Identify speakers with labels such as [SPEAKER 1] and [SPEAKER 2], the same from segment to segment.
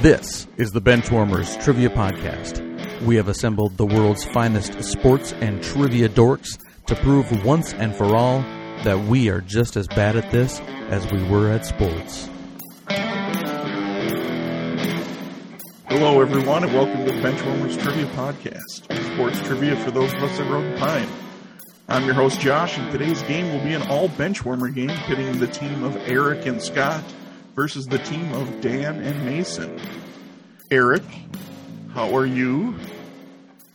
[SPEAKER 1] This is the Benchwarmers Trivia Podcast. We have assembled the world's finest sports and trivia dorks to prove once and for all that we are just as bad at this as we were at sports.
[SPEAKER 2] Hello, everyone, and welcome to the Benchwarmers Trivia Podcast, sports trivia for those of us that rode the pine. I'm your host, Josh, and today's game will be an all benchwarmer game pitting the team of Eric and Scott versus the team of Dan and Mason. Eric, how are you?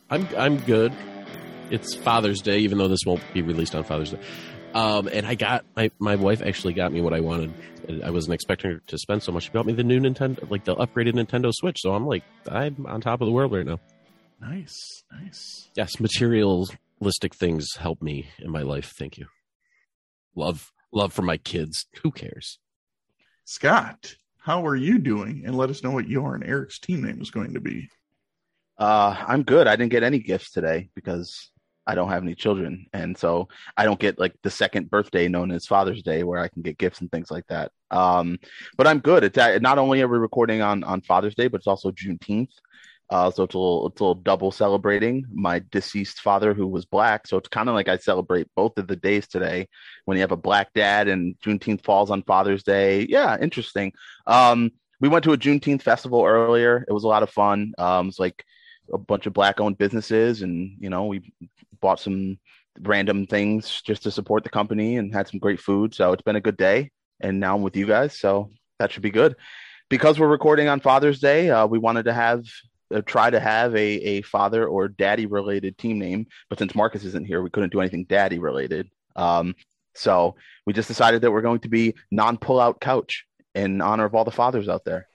[SPEAKER 3] I'm I'm good. It's Father's Day, even though this won't be released on Father's Day. Um, and I got my my wife actually got me what I wanted. And I wasn't expecting her to spend so much. She got me the new Nintendo, like the upgraded Nintendo Switch. So I'm like, I'm on top of the world right now.
[SPEAKER 2] Nice, nice.
[SPEAKER 3] Yes, materialistic things help me in my life. Thank you. Love, love for my kids. Who cares?
[SPEAKER 2] Scott, how are you doing? And let us know what your and Eric's team name is going to be.
[SPEAKER 4] Uh, I'm good. I didn't get any gifts today because I don't have any children, and so I don't get like the second birthday known as Father's Day, where I can get gifts and things like that. Um, but I'm good. It's uh, not only are we recording on on Father's Day, but it's also Juneteenth. Uh, so it's a little it's a little double celebrating my deceased father who was black. So it's kind of like I celebrate both of the days today. When you have a black dad and Juneteenth falls on Father's Day, yeah, interesting. Um, we went to a Juneteenth festival earlier. It was a lot of fun. Um, it's like a bunch of black owned businesses and you know we bought some random things just to support the company and had some great food so it's been a good day and now i'm with you guys so that should be good because we're recording on father's day uh, we wanted to have uh, try to have a, a father or daddy related team name but since marcus isn't here we couldn't do anything daddy related um, so we just decided that we're going to be non pullout couch in honor of all the fathers out there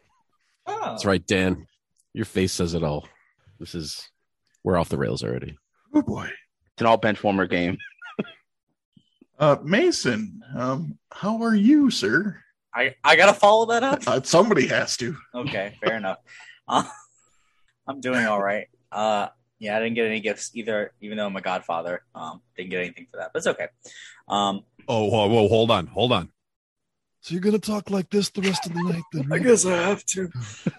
[SPEAKER 3] That's right, Dan. Your face says it all. This is we're off the rails already.
[SPEAKER 2] Oh boy.
[SPEAKER 4] it's an all bench warmer game
[SPEAKER 2] Uh, Mason, um, how are you, sir?
[SPEAKER 5] I, I gotta follow that up.
[SPEAKER 2] Uh, somebody has to.
[SPEAKER 5] Okay, fair enough. Uh, I'm doing all right. Uh, yeah, I didn't get any gifts either, even though I'm a godfather. Um, didn't get anything for that, but it's okay. Um,
[SPEAKER 6] Oh, whoa, whoa, hold on, hold on. So you're gonna talk like this the rest of the night? Then, right?
[SPEAKER 5] guess I have to.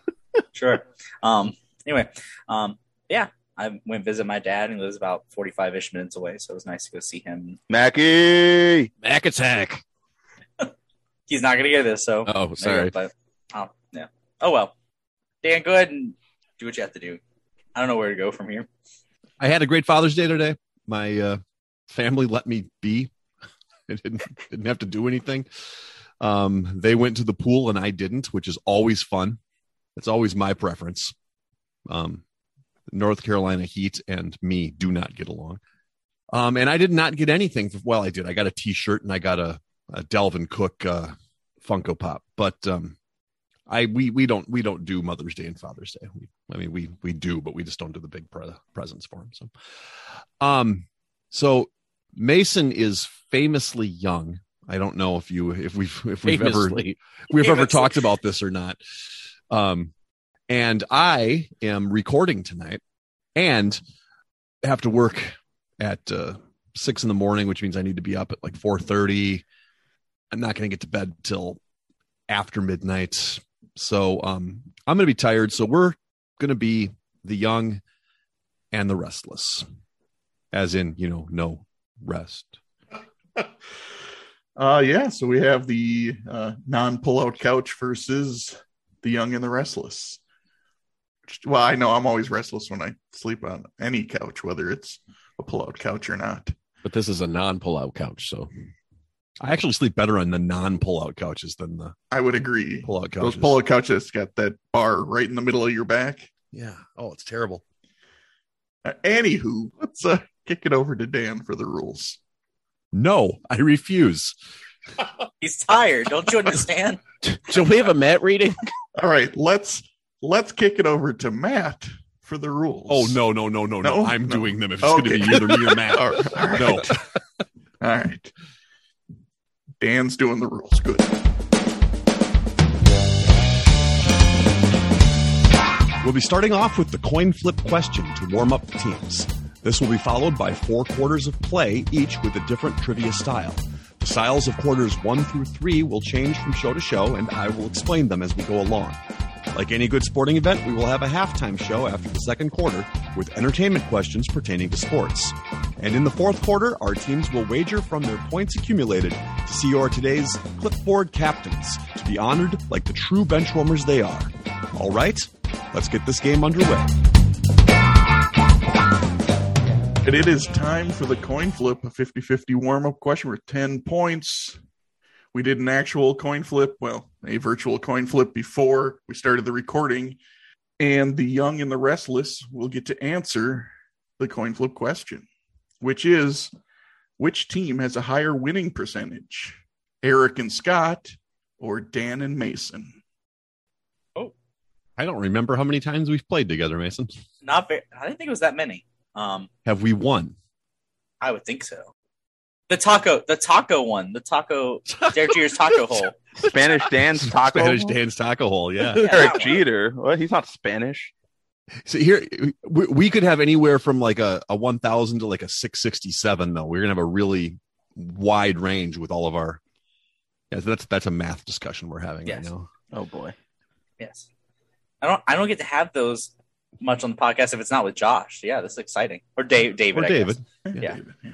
[SPEAKER 5] sure. Um, anyway, um, yeah, I went visit my dad, who lives about 45 ish minutes away, so it was nice to go see him.
[SPEAKER 4] mackie
[SPEAKER 3] Mac attack.
[SPEAKER 5] He's not gonna hear this, so
[SPEAKER 3] Oh, sorry.
[SPEAKER 5] But oh, yeah. Oh well. Dan, go ahead and do what you have to do. I don't know where to go from here.
[SPEAKER 6] I had a great Father's Day today. My uh, family let me be. I didn't didn't have to do anything. Um, they went to the pool and I didn't, which is always fun. It's always my preference. Um, North Carolina heat and me do not get along. Um, and I did not get anything. For, well, I did. I got a T-shirt and I got a, a Delvin Cook uh, Funko Pop. But um, I we we don't we don't do Mother's Day and Father's Day. We, I mean we we do, but we just don't do the big pre- presents for them. So, um, so Mason is famously young. I don't know if you if we've if we've ever
[SPEAKER 3] Famously.
[SPEAKER 6] we've ever
[SPEAKER 5] Famously.
[SPEAKER 6] talked about this or not. Um, and I am recording tonight and have to work at uh, six in the morning, which means I need to be up at like four thirty. I'm not going to get to bed till after midnight, so um, I'm going to be tired. So we're going to be the young and the restless, as in you know, no rest.
[SPEAKER 2] Uh, yeah, so we have the uh, non pullout couch versus the young and the restless. Well, I know I'm always restless when I sleep on any couch, whether it's a pullout couch or not.
[SPEAKER 3] But this is a non-pullout couch, so
[SPEAKER 6] I actually sleep better on the non-pullout couches than the
[SPEAKER 2] I would agree.
[SPEAKER 6] pullout
[SPEAKER 2] Those
[SPEAKER 6] couches.
[SPEAKER 2] pullout couches got that bar right in the middle of your back.
[SPEAKER 6] yeah. Oh, it's terrible.
[SPEAKER 2] Uh, anywho, let's uh, kick it over to Dan for the rules.
[SPEAKER 6] No, I refuse.
[SPEAKER 5] He's tired. Don't you understand?
[SPEAKER 3] should we have a Matt reading?
[SPEAKER 2] All right, let's let's kick it over to Matt for the rules.
[SPEAKER 6] Oh no, no, no, no, no!
[SPEAKER 2] No?
[SPEAKER 6] I'm
[SPEAKER 2] No.
[SPEAKER 6] doing them. If it's
[SPEAKER 2] Okay.
[SPEAKER 6] going to be either me or Matt,
[SPEAKER 2] All right, all right.
[SPEAKER 6] no.
[SPEAKER 2] All right. Dan's doing the rules. Good.
[SPEAKER 6] We'll be starting off with the coin flip question to warm up the teams. This will be followed by four quarters of play, each with a different trivia style. The styles of quarters one through three will change from show to show, and I will explain them as we go along.
[SPEAKER 7] Like any good sporting event, we will have a halftime show after the second quarter with entertainment questions pertaining to sports. And in the fourth quarter, our teams will wager from their points accumulated to see your today's clipboard captains to be honored like the true benchwarmers they are. All right, let's get this game underway.
[SPEAKER 2] And it is time for the coin flip, a 50 50 warm up question with 10 points. We did an actual coin flip, well, a virtual coin flip before we started the recording. And the young and the restless will get to answer the coin flip question, which is which team has a higher winning percentage, Eric and Scott or Dan and Mason?
[SPEAKER 7] I don't remember how many times we've played together, Mason.
[SPEAKER 5] Not very, I didn't think it was that many. Um,
[SPEAKER 7] Have we won?
[SPEAKER 5] I would think so. The taco, the taco one, the taco, Derek Jeter's taco hole.
[SPEAKER 4] Spanish Dan's taco.
[SPEAKER 7] Spanish Dan's taco hole, yeah.
[SPEAKER 5] Yeah,
[SPEAKER 4] Eric
[SPEAKER 5] that one.
[SPEAKER 4] Jeter. What? He's not Spanish.
[SPEAKER 7] So here we, we could have anywhere from like a, a 1000 to like a 667 though. We're going to have a really wide range with all of our yeah, so that's that's a math discussion we're having
[SPEAKER 5] Yes.
[SPEAKER 7] right now.
[SPEAKER 4] Oh boy.
[SPEAKER 5] Yes, I don't. I don't get to have those much on the podcast if it's not with Josh. Yeah, this is exciting. Or Dave, David,
[SPEAKER 7] Or
[SPEAKER 5] I guess.
[SPEAKER 7] David.
[SPEAKER 5] Yeah.
[SPEAKER 2] David, yeah.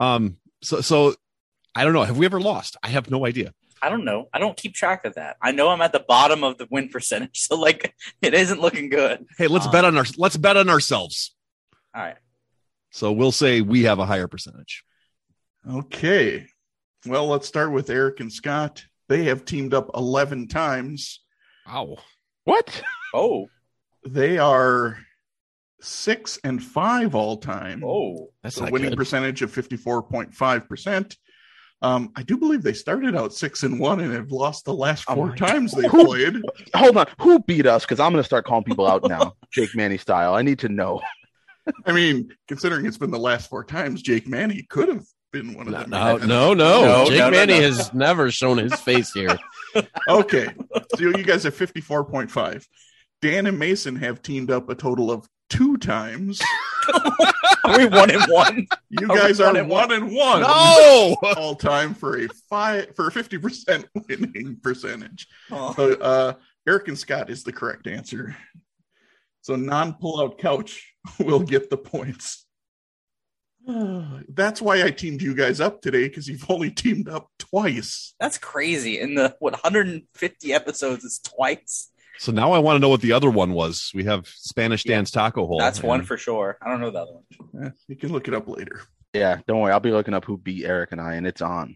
[SPEAKER 7] Um so so I don't know, have we ever lost? I have no idea.
[SPEAKER 5] I don't know. I don't keep track of that. I know I'm at the bottom of the win percentage, so like it isn't looking good.
[SPEAKER 7] Hey, let's
[SPEAKER 3] Uh,
[SPEAKER 5] Um,
[SPEAKER 7] bet on our let's bet on ourselves.
[SPEAKER 5] All right.
[SPEAKER 7] So we'll say we have a higher percentage.
[SPEAKER 2] Okay. Well, let's start with Eric and Scott. They have teamed up 11 times.
[SPEAKER 7] Wow.
[SPEAKER 4] What?
[SPEAKER 5] Oh,
[SPEAKER 2] They are six and five all time.
[SPEAKER 5] oh,
[SPEAKER 7] That's
[SPEAKER 2] so
[SPEAKER 7] not
[SPEAKER 2] winning
[SPEAKER 7] good.
[SPEAKER 2] percentage of 54.5%. Um, I do believe they started out six and one and have lost the last
[SPEAKER 4] Oh
[SPEAKER 2] four
[SPEAKER 4] my
[SPEAKER 2] times they
[SPEAKER 4] God.
[SPEAKER 2] played.
[SPEAKER 4] Hold on. Who beat us? Because I'm going to start calling people out now, Jake Manny style. I need to know.
[SPEAKER 2] I mean, considering it's been the last four times, Jake Manny could have been one of
[SPEAKER 3] No,
[SPEAKER 2] them.
[SPEAKER 3] no, no, no.
[SPEAKER 5] No,
[SPEAKER 3] Jake
[SPEAKER 5] no, no,
[SPEAKER 3] Manny
[SPEAKER 5] no.
[SPEAKER 3] has never shown his face here.
[SPEAKER 2] Okay. So you guys are 54.5. Dan and Mason have teamed up a total of two times.
[SPEAKER 5] Are we one and one.
[SPEAKER 2] You
[SPEAKER 5] Are we
[SPEAKER 2] guys
[SPEAKER 5] one
[SPEAKER 2] are
[SPEAKER 5] and
[SPEAKER 2] one and one
[SPEAKER 7] No.
[SPEAKER 2] all time for a five for a fifty percent winning percentage.
[SPEAKER 5] Oh,
[SPEAKER 2] So uh, Eric and Scott is the correct answer. So non pullout couch will get the points. Uh, That's why I teamed you guys up today because you've only teamed up twice.
[SPEAKER 5] that's crazy. In the what 150 episodes is twice.
[SPEAKER 7] So now I want to know what the other one was. We have Spanish Dan's taco hole.
[SPEAKER 5] That's one
[SPEAKER 7] and-
[SPEAKER 5] for sure. I don't know the other one.
[SPEAKER 2] Eh, You can look it up later.
[SPEAKER 4] Yeah, don't worry. I'll be looking up who beat Eric and I, and it's on.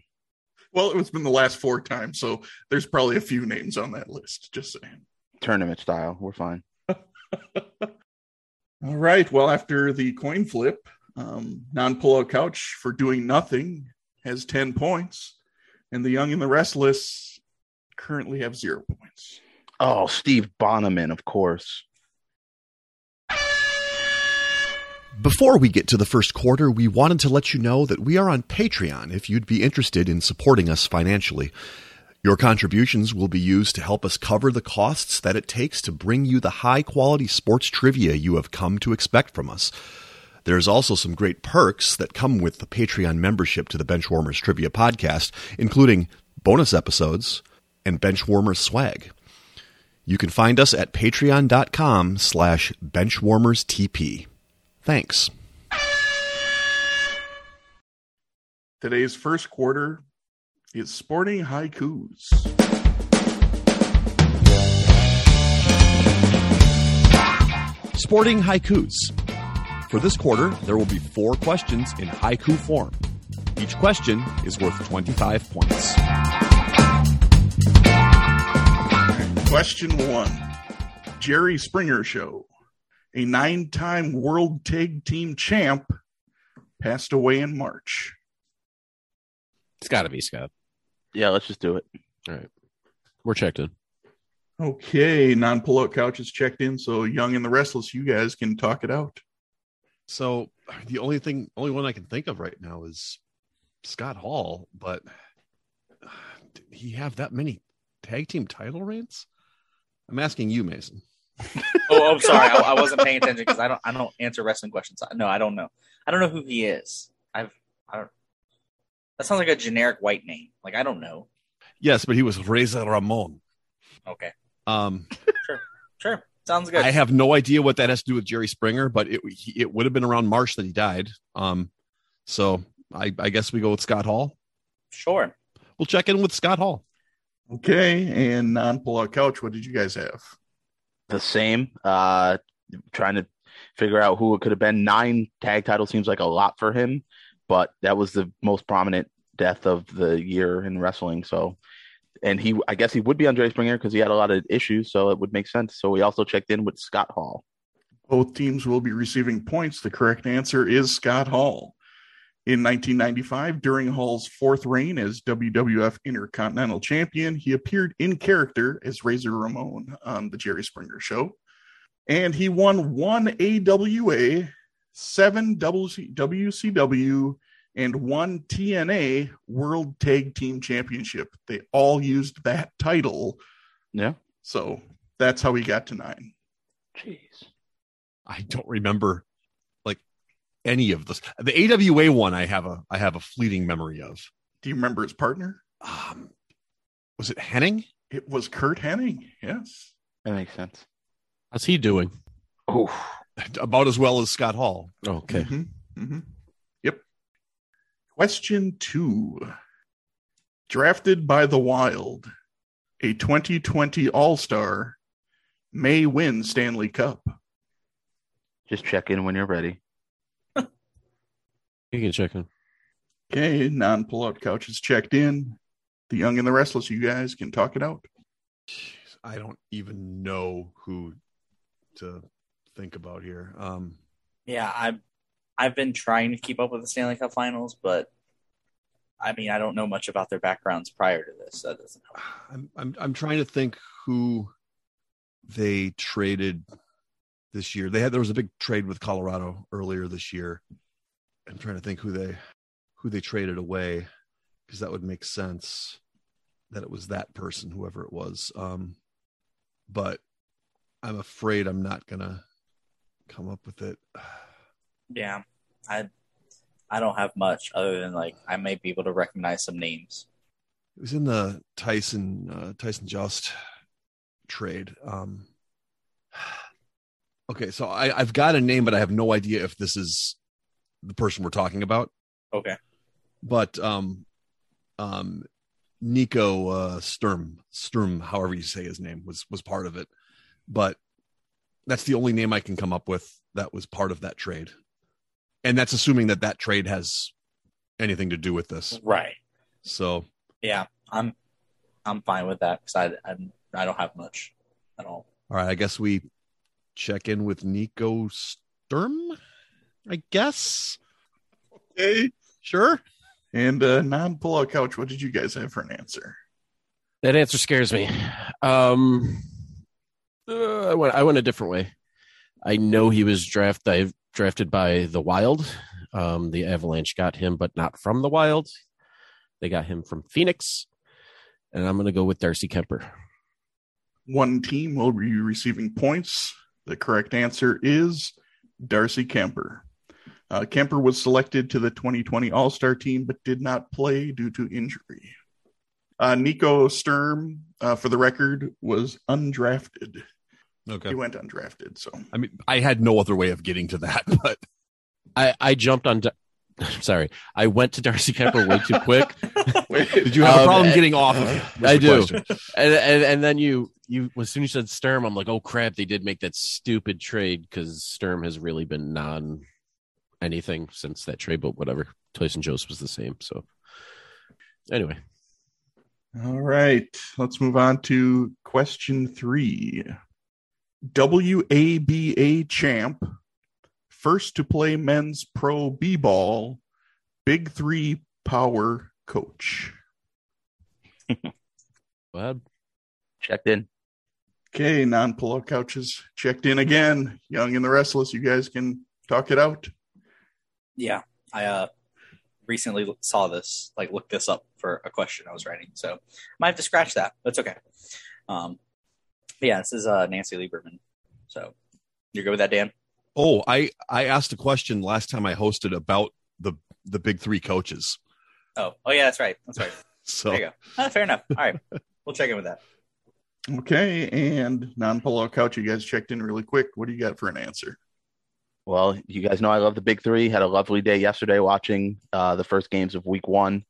[SPEAKER 2] Well, it's been the last four times, so there's probably a few names on that list. Just saying.
[SPEAKER 4] Tournament style. We're fine.
[SPEAKER 2] All right. Well, after the coin flip, um, non pullout couch for doing nothing has 10 points, and the young and the restless currently have zero points.
[SPEAKER 4] Oh, Steve Bonneman, of course.
[SPEAKER 7] Before we get to the first quarter, we wanted to let you know that we are on Patreon if you'd be interested in supporting us financially. Your contributions will be used to help us cover the costs that it takes to bring you the high quality sports trivia you have come to expect from us. There's also some great perks that come with the Patreon membership to the Benchwarmers Trivia Podcast, including bonus episodes and Benchwarmers swag. You can find us at patreon.com slash benchwarmerstp. Thanks.
[SPEAKER 2] Today's first quarter is sporting haikus.
[SPEAKER 7] Sporting haikus. For this quarter, there will be four questions in haiku form. Each question is worth 25 points.
[SPEAKER 2] Question one Jerry Springer Show, a nine time world tag team champ, passed away in March.
[SPEAKER 3] It's got to be Scott.
[SPEAKER 4] Yeah, let's just do it.
[SPEAKER 3] We're checked in.
[SPEAKER 2] Okay. Non pullout couch is checked in, so young and the restless, you guys can talk it out.
[SPEAKER 7] So the only thing, only one I can think of right now is Scott Hall, but uh, did he have that many tag team title reigns? I'm asking you, Mason.
[SPEAKER 5] Oh, I'm sorry. I, I wasn't paying attention because I don't. I don't answer wrestling questions. No, I don't know. I don't know who he is. I've. I don't. That sounds like a generic white name. Like I don't know.
[SPEAKER 7] Yes, but he was Reza Ramon.
[SPEAKER 5] Okay.
[SPEAKER 7] Um,
[SPEAKER 5] Sure. Sounds good.
[SPEAKER 7] I have no idea what that has to do with Jerry Springer, but it he- it would have been around March that he died. Um, so I, I guess we go with Scott Hall.
[SPEAKER 5] sure.
[SPEAKER 7] We'll check in with Scott Hall.
[SPEAKER 2] Okay, and non pullout couch. What did you guys have?
[SPEAKER 4] the same. Uh, trying to figure out who it could have been. Nine tag titles seems like a lot for him, but that was the most prominent death of the year in wrestling. So, and he, I guess he would be on Jerry Springer because he had a lot of issues, so it would make sense. So we also checked in with Scott Hall.
[SPEAKER 2] Both teams will be receiving points. The correct answer is Scott Hall. In 1995, during Hall's fourth reign as WWF Intercontinental Champion, he appeared in character as Razor Ramon on The Jerry Springer Show. And he won one AWA, seven WC- WCW, and one TNA World Tag Team Championship. They all used that title.
[SPEAKER 4] Yeah.
[SPEAKER 2] So that's how he got to nine.
[SPEAKER 4] Jeez.
[SPEAKER 7] I don't remember like any of this. The AWA one, I have a I have a fleeting memory of.
[SPEAKER 2] Do you remember his partner?
[SPEAKER 7] Um, was it Henning?
[SPEAKER 2] It was Kurt Hennig. Yes.
[SPEAKER 4] That makes sense.
[SPEAKER 3] How's he doing?
[SPEAKER 4] Oh,
[SPEAKER 7] About as well as Scott Hall.
[SPEAKER 3] Oh, Okay.
[SPEAKER 2] Mhm, mhm. Yep. Question two. Drafted by the Wild, a 2020 All Star may win Stanley Cup.
[SPEAKER 4] just check in when you're ready.
[SPEAKER 3] You can check in.
[SPEAKER 2] Okay, non pullout couch is checked in. The Young and the Restless, you guys can talk it out.
[SPEAKER 7] I don't even know who to think about here. Um,
[SPEAKER 5] Yeah, I've I've been trying to keep up with the Stanley Cup Finals, but I mean, I don't know much about their backgrounds prior to this. So that doesn't help.
[SPEAKER 7] I'm I'm I'm trying to think who they traded this year. They had there was a big trade with Colorado earlier this year. I'm trying to think who they who they traded away because that would make sense that it was that person, whoever it was. Um, but I'm afraid I'm not gonna come up with it.
[SPEAKER 5] Yeah, I I don't have much other than like I may be able to recognize some names.
[SPEAKER 7] It was in the Tyson uh, Tyson Joust trade. Um, okay, so I, I've got a name, but I have no idea if this is the person we're talking about.
[SPEAKER 5] Okay.
[SPEAKER 7] But um, um, Nico uh, Sturm Sturm, however you say his name, was was part of it. But that's the only name I can come up with that was part of that trade, and that's assuming that that trade has anything to do with this.
[SPEAKER 5] Right.
[SPEAKER 7] So
[SPEAKER 5] Yeah, I'm I'm fine with that because I I'm, I don't have much at all.
[SPEAKER 7] All right, I guess we check in with Nico Sturm. I guess.
[SPEAKER 2] Okay.
[SPEAKER 7] Sure.
[SPEAKER 2] And uh, non pullout couch, what did you guys have for an answer?
[SPEAKER 3] That answer scares me. Um, uh, I went. I went a different way. I know he was draft. I drafted by the Wild. Um, the Avalanche got him, but not from the Wild. They got him from Phoenix, and I'm going to go with Darcy Kemper.
[SPEAKER 2] One team will be receiving points. The correct answer is Darcy Kemper. Uh, Kemper was selected to the 2020 All Star team but did not play due to injury. Uh, Nico Sturm, uh, for the record, was undrafted.
[SPEAKER 7] Okay.
[SPEAKER 2] He went undrafted. So,
[SPEAKER 7] I mean, I had no other way of getting to that, but
[SPEAKER 3] I I jumped on. Dar- I'm sorry. I went to Darcy Kemper way too quick,
[SPEAKER 7] did you have a
[SPEAKER 3] Um,
[SPEAKER 7] problem getting off of it? was
[SPEAKER 3] I
[SPEAKER 7] the
[SPEAKER 3] do.
[SPEAKER 7] question.
[SPEAKER 3] and, and and then you you as soon as you said Sturm, I'm like, oh crap, they did make that stupid trade because Sturm has really been non anything since that trade, but whatever. Tyson Jost was the same, so anyway,
[SPEAKER 2] all right, let's move on to question three. WABA champ, first to play men's pro B ball, Big Three power coach.
[SPEAKER 3] Bob,
[SPEAKER 4] Checked in.
[SPEAKER 2] Okay, non pillow couches checked in again. Young and the Restless, you guys can talk it out.
[SPEAKER 5] Yeah, I uh recently l- saw this, like looked this up for a question I was writing, so might have to scratch that. That's okay. Um, but yeah, this is uh Nancy Lieberman. So you're good with that, Dan?
[SPEAKER 7] Oh, I I asked a question last time I hosted about the the big three coaches.
[SPEAKER 5] Oh, oh yeah, that's right. That's right.
[SPEAKER 7] So
[SPEAKER 5] There you go. Ah, fair enough. All right, we'll check in with that.
[SPEAKER 2] Okay, and non pullout couch, you guys checked in really quick. What do you got for an answer?
[SPEAKER 4] Well, you guys know I love the Big Three. Had a lovely day yesterday watching uh, the first games of Week One.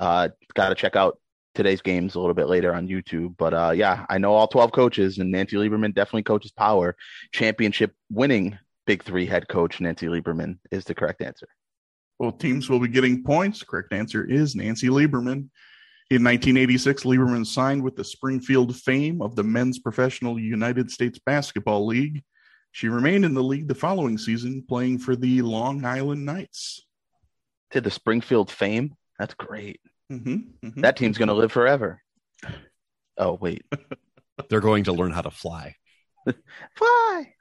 [SPEAKER 4] Uh, Got to check out today's games a little bit later on YouTube. But uh, yeah, I know all 12 coaches, and Nancy Lieberman definitely coaches power. Championship winning Big Three head coach Nancy Lieberman is the correct answer.
[SPEAKER 2] Both teams will be getting points. Correct answer is Nancy Lieberman. In 1986, Lieberman signed with the Springfield Fame of the Men's Professional United States Basketball League. She remained in the league the following season, playing for the Long Island Knights.
[SPEAKER 4] To the Springfield fame, that's great.
[SPEAKER 2] Mm-hmm, mhm.
[SPEAKER 4] That team's going to live forever. Oh wait,
[SPEAKER 7] They're going to learn how to fly.
[SPEAKER 4] fly.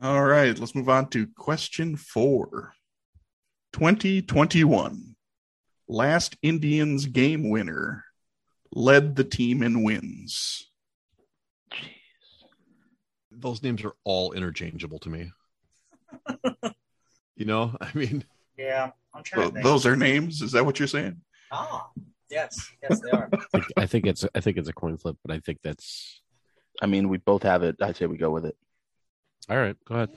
[SPEAKER 2] All right, let's move on to question four 2021. Last Indians game winner led the team in wins.
[SPEAKER 7] Those names are all interchangeable to me. you know, I mean,
[SPEAKER 5] Yeah, I'm trying
[SPEAKER 2] Th- Those are names. Is that what you're saying?
[SPEAKER 5] Ah, yes, yes, they are.
[SPEAKER 3] I think, I think it's I think it's a coin flip, but I think that's
[SPEAKER 4] I mean, we both have it. I say we go with it.
[SPEAKER 3] all right. Go ahead.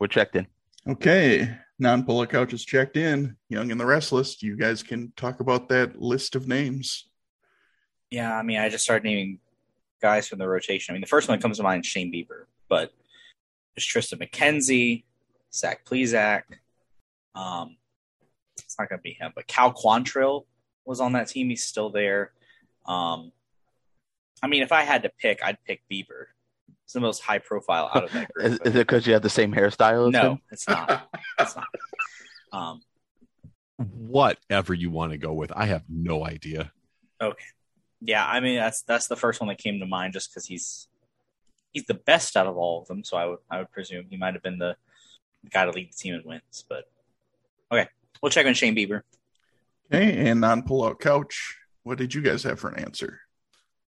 [SPEAKER 4] We're checked in.
[SPEAKER 2] Okay, non polo couch is checked in. Young and the Restless, you guys can talk about that list of names.
[SPEAKER 5] yeah, I mean, I just started naming guys from the rotation. I mean, the first one that comes to mind is Shane Bieber, but there's Tristan McKenzie, Zach Plezak. Um, it's not going to be him, but Cal Quantrill was on that team. He's still there. Um, I mean, if I had to pick, I'd pick Bieber. It's the most high profile out of that group.
[SPEAKER 4] Is, is it because you have the same hairstyle? As
[SPEAKER 5] no,
[SPEAKER 4] him?
[SPEAKER 5] it's not. It's not. Um,
[SPEAKER 7] whatever you want to go with, I have no idea.
[SPEAKER 5] yeah, I mean that's that's the first one that came to mind just because he's he's the best out of all of them. So I would I would presume he might have been the guy to lead the team in wins. But okay, we'll check on Shane Bieber.
[SPEAKER 2] Okay, and non polo couch, what did you guys have for an answer?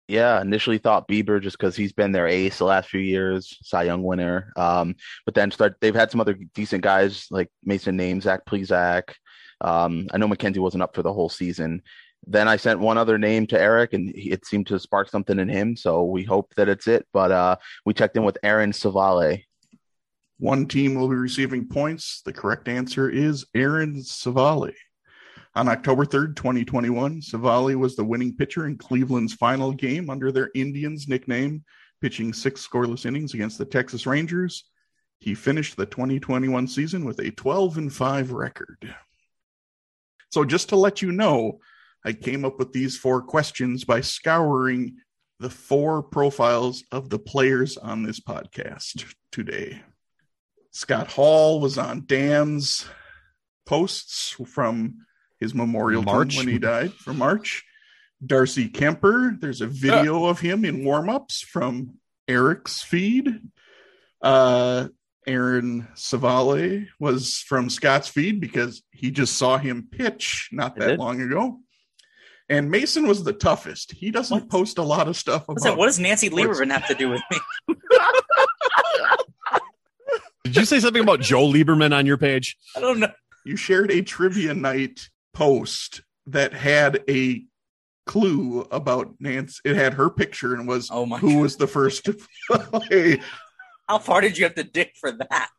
[SPEAKER 4] Yeah, initially thought Bieber just because he's been their ace the last few years, Cy Young winner. Um, but then start they've had some other decent guys like Mason Name, Zach Plezak. Um, I know McKenzie wasn't up for the whole season. Then I sent one other name to Eric, and he- it seemed to spark something in him. So we hope that it's it. But uh, we checked in with Aaron Savale.
[SPEAKER 2] One team will be receiving points. The correct answer is Aaron Savali. On October 3rd, 2021, Savali was the winning pitcher in Cleveland's final game under their Indians nickname, pitching six scoreless innings against the Texas Rangers. He finished the 2021 season with a 12 and 5 record. So, just to let you know, I came up with these four questions by scouring the four profiles of the players on this podcast today. Scott Hall was on Dan's posts from his memorial March.
[SPEAKER 7] March.
[SPEAKER 2] when he died from March. Darcy Kemper, there's a video of him in warm-ups from Eric's feed. Uh, Aaron Savale was from Scott's feed because he just saw him pitch not
[SPEAKER 4] I
[SPEAKER 2] that
[SPEAKER 4] did.
[SPEAKER 2] long ago. And Mason was the toughest. He doesn't
[SPEAKER 5] What?
[SPEAKER 2] post a lot of stuff about.
[SPEAKER 5] What's that? What does Nancy Lieberman have to do with me?
[SPEAKER 7] Did you say something about Joe Lieberman on your page?
[SPEAKER 5] I don't know.
[SPEAKER 2] you shared a trivia night post that had a clue about Nance. It had her picture and was
[SPEAKER 5] Oh my!
[SPEAKER 2] who was the first to play.
[SPEAKER 5] How far did you have to dig for that?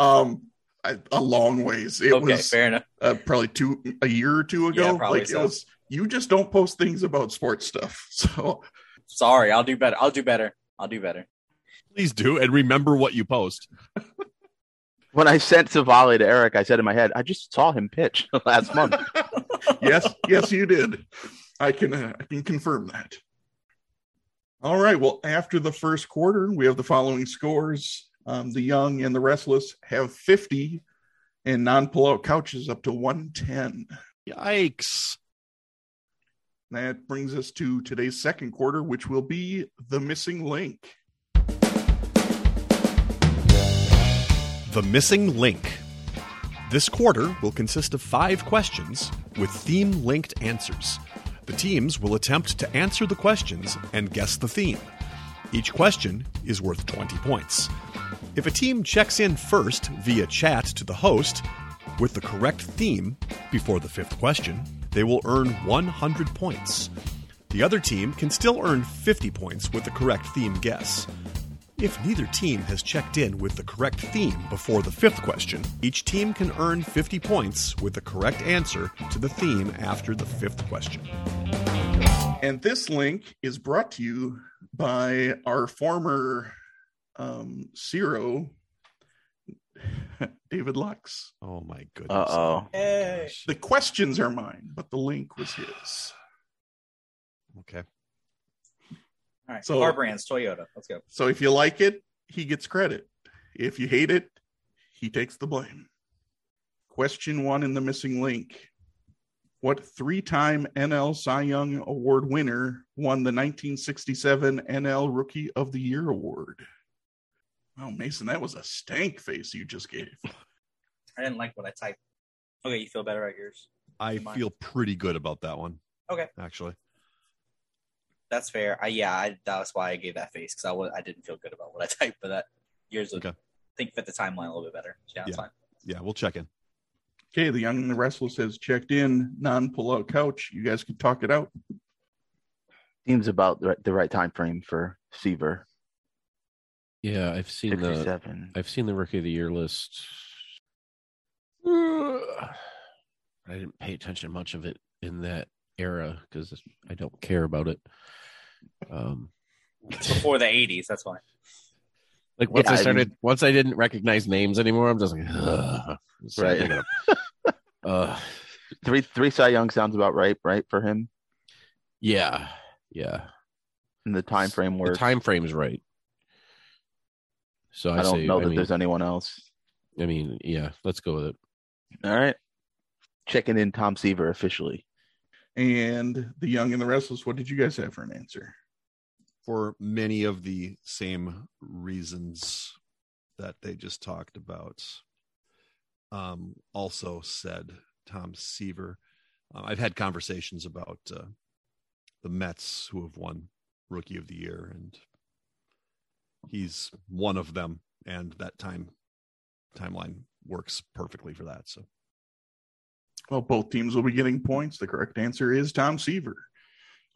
[SPEAKER 2] Um, I, a long ways. It
[SPEAKER 5] okay,
[SPEAKER 2] was
[SPEAKER 5] fair enough.
[SPEAKER 2] uh, probably two a year or two ago.
[SPEAKER 5] Yeah, probably
[SPEAKER 2] like
[SPEAKER 5] so.
[SPEAKER 2] it was. You just don't post things about sports stuff. So
[SPEAKER 5] Sorry, I'll do better. I'll do better. I'll do better.
[SPEAKER 7] Please do, and remember what you post.
[SPEAKER 4] When I sent Savale to Eric, I said in my head, I just saw him pitch last month.
[SPEAKER 2] yes, yes, you did. I can uh, I can confirm that. All right. Well, after the first quarter, we have the following scores: um, the Young and the Restless have fifty, and non-pullout couches up to one ten.
[SPEAKER 7] Yikes.
[SPEAKER 2] That brings us to today's second quarter, which will be the missing link.
[SPEAKER 7] The Missing Link. This quarter will consist of five questions with theme linked answers. The teams will attempt to answer the questions and guess the theme. Each question is worth 20 points. If a team checks in first via chat to the host with the correct theme before the fifth question, they will earn 100 points.
[SPEAKER 6] The other team can still earn 50 points with the correct theme guess. If neither team has checked in with the correct theme before the fifth question, each team can earn 50 points with the correct answer to the theme after the fifth question.
[SPEAKER 2] And this link is brought to you by our former um Ciro David Lux.
[SPEAKER 7] Oh my goodness.
[SPEAKER 4] Uh oh.
[SPEAKER 5] Hey.
[SPEAKER 2] The questions are mine, but the link was his.
[SPEAKER 7] Okay.
[SPEAKER 5] All right.
[SPEAKER 2] So-
[SPEAKER 5] Car brands, Toyota. Let's go.
[SPEAKER 2] So if you like it, he gets credit. If you hate it, he takes the blame. Question one in the missing link. What three time NL Cy Young Award winner won the 1967 NL Rookie of the Year Award? Wow, Mason, that was a stank face you just gave.
[SPEAKER 5] I didn't like what I typed. Okay, you feel better at yours.
[SPEAKER 7] I
[SPEAKER 5] Mine.
[SPEAKER 7] feel pretty good about that one.
[SPEAKER 5] Okay.
[SPEAKER 7] Actually.
[SPEAKER 5] That's fair. I yeah, I, that's why I gave that face because I was I didn't feel good about what I typed, but that yours would
[SPEAKER 7] Okay.
[SPEAKER 5] think fit the timeline a little bit better. Yeah, that's
[SPEAKER 7] Yeah.
[SPEAKER 5] fine.
[SPEAKER 7] Yeah, we'll check in.
[SPEAKER 2] Okay, the Young and the Restless has checked in. Non pullout couch. You guys can talk it out.
[SPEAKER 4] Seems about the right, the right time frame for Seaver.
[SPEAKER 3] Yeah, I've seen the
[SPEAKER 4] 67.
[SPEAKER 3] I've seen the rookie of the year list. I didn't pay attention to much of it in that era because I don't care about it. Um,
[SPEAKER 5] Before the eighties, that's fine.
[SPEAKER 3] like once
[SPEAKER 4] Yeah,
[SPEAKER 3] I
[SPEAKER 4] I mean-
[SPEAKER 3] started, once I didn't recognize names anymore, I'm just like, Ugh. So I
[SPEAKER 4] Right.
[SPEAKER 3] dig it up. uh,
[SPEAKER 4] Three three Cy Young sounds about right, right for him.
[SPEAKER 3] yeah, yeah.
[SPEAKER 4] And the time frame
[SPEAKER 3] The
[SPEAKER 4] works.
[SPEAKER 3] time frame's right. So I,
[SPEAKER 4] I don't
[SPEAKER 3] say,
[SPEAKER 4] know
[SPEAKER 3] I
[SPEAKER 4] that
[SPEAKER 3] mean,
[SPEAKER 4] there's anyone else.
[SPEAKER 3] I mean, yeah, let's go with it.
[SPEAKER 4] All right. Checking in Tom Seaver officially.
[SPEAKER 2] And the Young and the Restless, what did you guys have for an answer?
[SPEAKER 7] for many of the same reasons that they just talked about. Um, also said Tom Seaver. Uh, I've had conversations about uh, the Mets who have won Rookie of the Year, and he's one of them. And that time timeline works perfectly for that. So
[SPEAKER 2] Well, both teams will be getting points. The correct answer is Tom Seaver.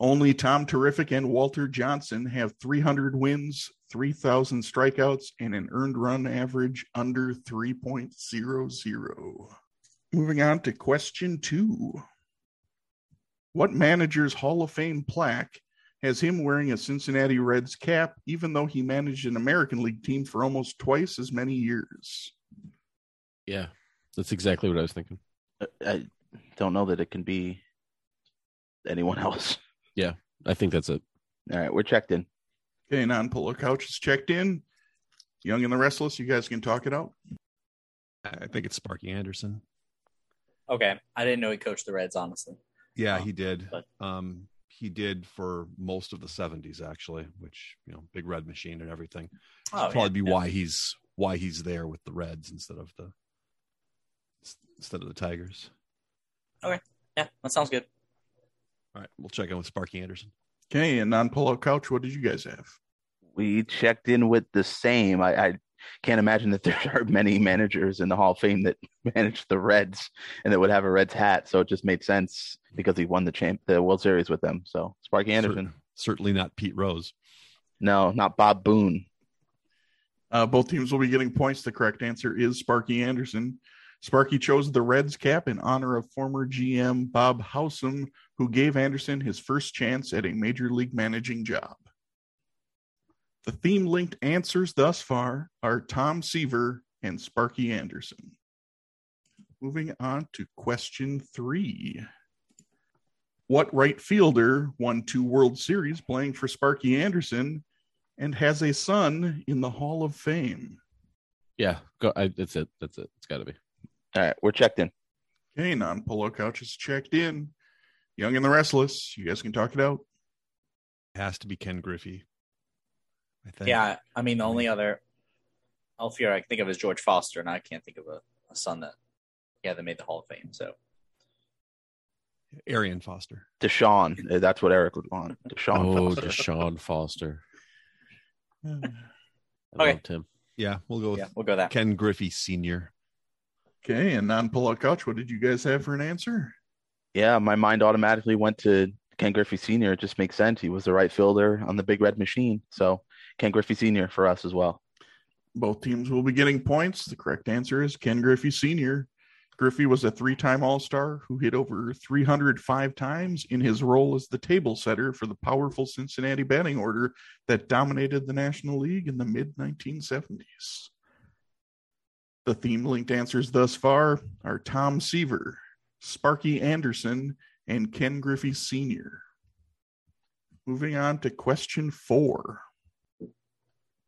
[SPEAKER 2] Only Tom Terrific and Walter Johnson have 300 wins, 3,000 strikeouts, and an earned run average under 3.00. Moving on to question two What manager's Hall of Fame plaque has him wearing a Cincinnati Reds cap, even though he managed an American League team for almost twice as many years?
[SPEAKER 3] Yeah, that's exactly what I was thinking.
[SPEAKER 4] I- Uh, I don't know that it can be anyone else.
[SPEAKER 3] I think that's it.
[SPEAKER 4] All right, we're checked in.
[SPEAKER 2] Okay, non polo couch is checked in. Young and the Restless, you guys can talk it out.
[SPEAKER 7] I I think it's Sparky Anderson.
[SPEAKER 5] Okay. I didn't know he coached the Reds, honestly.
[SPEAKER 7] Yeah,
[SPEAKER 5] Uh,
[SPEAKER 7] he did.
[SPEAKER 5] but-
[SPEAKER 7] Um, he did for most of the '70s, actually, which you know, big red machine and everything.
[SPEAKER 5] Oh,
[SPEAKER 7] probably be
[SPEAKER 5] yeah.
[SPEAKER 7] why he's why he's there with the Reds instead of the instead of the Tigers.
[SPEAKER 5] Yeah, that sounds good.
[SPEAKER 7] All right, we'll check in with Sparky Anderson.
[SPEAKER 2] Okay, and non polo couch, what did you guys have?
[SPEAKER 4] We checked in with the same. I, I can't imagine that there are many managers in the Hall of Fame that managed the Reds and that would have a Reds hat. So it just made sense because he won the champ, the World Series with them. So Sparky Anderson.
[SPEAKER 7] Cer- certainly not Pete Rose.
[SPEAKER 4] No, not Bob Boone.
[SPEAKER 2] Uh, both teams will be getting points. The correct answer is Sparky Anderson. Sparky chose the Reds cap in honor of former GM Bob Housem, who gave Anderson his first chance at a major league managing job. The theme linked answers thus far are Tom Seaver and Sparky Anderson. Moving on to question three. What right fielder won two World Series playing for Sparky Anderson and has a son in the Hall of Fame.
[SPEAKER 3] Yeah, go. I, that's it. That's it. It's got to be.
[SPEAKER 4] All right, we're checked in.
[SPEAKER 2] Okay, non polo couch is checked in. Young and the Restless, you guys can talk it out.
[SPEAKER 7] has to be Ken Griffey. I think.
[SPEAKER 5] Yeah, I mean the only other Alfier I can think of is George Foster, and I can't think of a, a son that yeah, that made the Hall of Fame. So
[SPEAKER 7] Arian Foster.
[SPEAKER 4] Deshaun. uh, That's what Eric would want. Deshaun.
[SPEAKER 3] oh,
[SPEAKER 4] Foster.
[SPEAKER 3] Deshaun Foster. I
[SPEAKER 5] Okay.
[SPEAKER 3] loved him.
[SPEAKER 7] Yeah, we'll go with
[SPEAKER 5] yeah, we'll go that.
[SPEAKER 7] Ken Griffey Senior.
[SPEAKER 2] Okay, and non polo couch, what did you guys have for an answer?
[SPEAKER 4] yeah, my mind automatically went to Ken Griffey Sr. It just makes sense. He was the right fielder on the Big Red Machine. So Ken Griffey Sr. for us as well.
[SPEAKER 2] Both teams will be getting points. The correct answer is Ken Griffey Sr. Griffey was a three time All Star who hit over 305 times in his role as the table setter for the powerful Cincinnati batting order that dominated the National League in the mid 1970s. The theme linked answers thus far are Tom Seaver, Sparky Anderson, and Ken Griffey Sr. Moving on to question four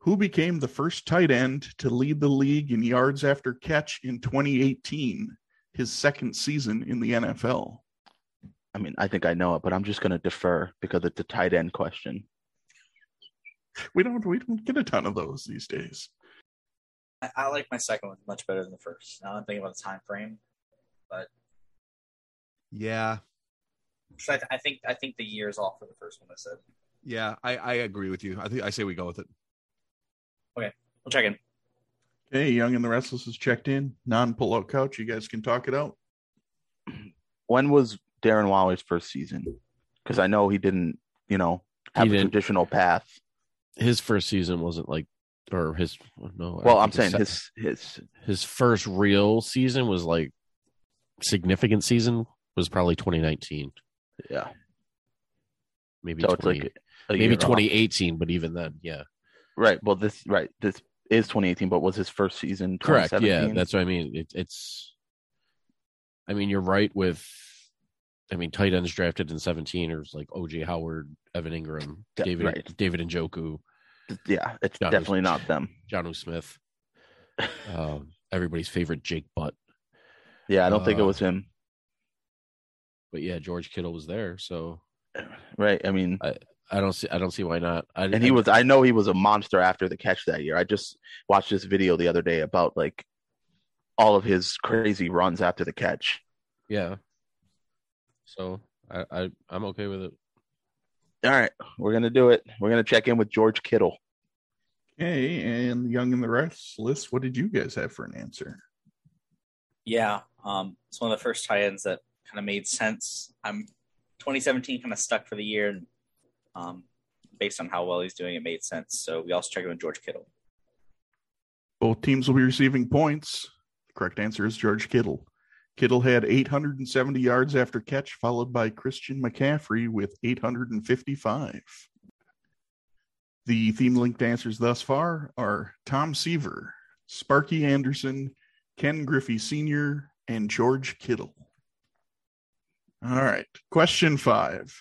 [SPEAKER 2] who became the first tight end to lead the league in yards after catch in 2018, his second season in the NFL.
[SPEAKER 4] I mean, I think I know it, but I'm just going to defer because it's a tight end question.
[SPEAKER 2] We don't we don't get a ton of those these days.
[SPEAKER 5] I, I like my second one much better than the first. Now I'm thinking about the time frame, but
[SPEAKER 7] Yeah,
[SPEAKER 5] 'cause I, th- I think I think the year's off for the first one. I said
[SPEAKER 7] yeah, I, I agree with you. I think I say we go with it.
[SPEAKER 5] we'll check in.
[SPEAKER 2] Hey, Young and the Restless is checked in. Non pullout couch. You guys can talk it out.
[SPEAKER 4] When was Darren Waller's first season? Because I know he didn't, you know, have
[SPEAKER 3] He
[SPEAKER 4] a
[SPEAKER 3] didn't.
[SPEAKER 4] traditional path.
[SPEAKER 3] His first season wasn't like, or his no. I
[SPEAKER 4] Well,
[SPEAKER 3] think
[SPEAKER 4] I'm saying
[SPEAKER 3] sec-
[SPEAKER 4] his his
[SPEAKER 3] his first real season was like significant season was probably 2019,
[SPEAKER 4] yeah.
[SPEAKER 3] maybe
[SPEAKER 4] So it's
[SPEAKER 3] 20,
[SPEAKER 4] like a year
[SPEAKER 3] maybe
[SPEAKER 4] off.
[SPEAKER 3] 2018, but even then, yeah,
[SPEAKER 4] Right. Well, this right this is 2018, but was his first season
[SPEAKER 3] correct, yeah,
[SPEAKER 4] 2017?
[SPEAKER 3] that's what I mean. It, it's, I mean, you're right with, I mean, tight ends drafted in 17 or like OJ Howard, Evan Ingram,
[SPEAKER 4] Yeah,
[SPEAKER 3] David,
[SPEAKER 4] right.
[SPEAKER 3] David and Joku,
[SPEAKER 4] yeah. It's
[SPEAKER 3] Yeah, it was-
[SPEAKER 4] definitely not them.
[SPEAKER 3] John Smith, um, everybody's favorite Jake Butt.
[SPEAKER 4] Yeah, I don't think it
[SPEAKER 3] Uh,
[SPEAKER 4] was him.
[SPEAKER 3] But yeah, George Kittle was there, so
[SPEAKER 4] Right. I mean,
[SPEAKER 3] I don't see I don't see why not. I,
[SPEAKER 4] and he was i know he was a monster after the catch that year i just watched this video the other day about like all of his crazy runs after the catch
[SPEAKER 3] yeah. So I, I I'm okay with it.
[SPEAKER 4] all right we're gonna do it we're gonna check in with george kittle
[SPEAKER 2] Hey, and Young and the Restless, what did you guys have for an answer?
[SPEAKER 5] Yeah, um, it's one of the first tie-ins that kind of made sense. I'm 2017 kind of stuck for the year, and um, based on how well he's doing, it made sense. So we also checked in with George Kittle.
[SPEAKER 2] Both teams will be receiving points. The correct answer is George Kittle. Kittle had 870 yards after catch, followed by Christian McCaffrey with 855. The theme linked answers thus far are Tom Seaver, Sparky Anderson, Ken Griffey Sr., and George Kittle. All right, question five.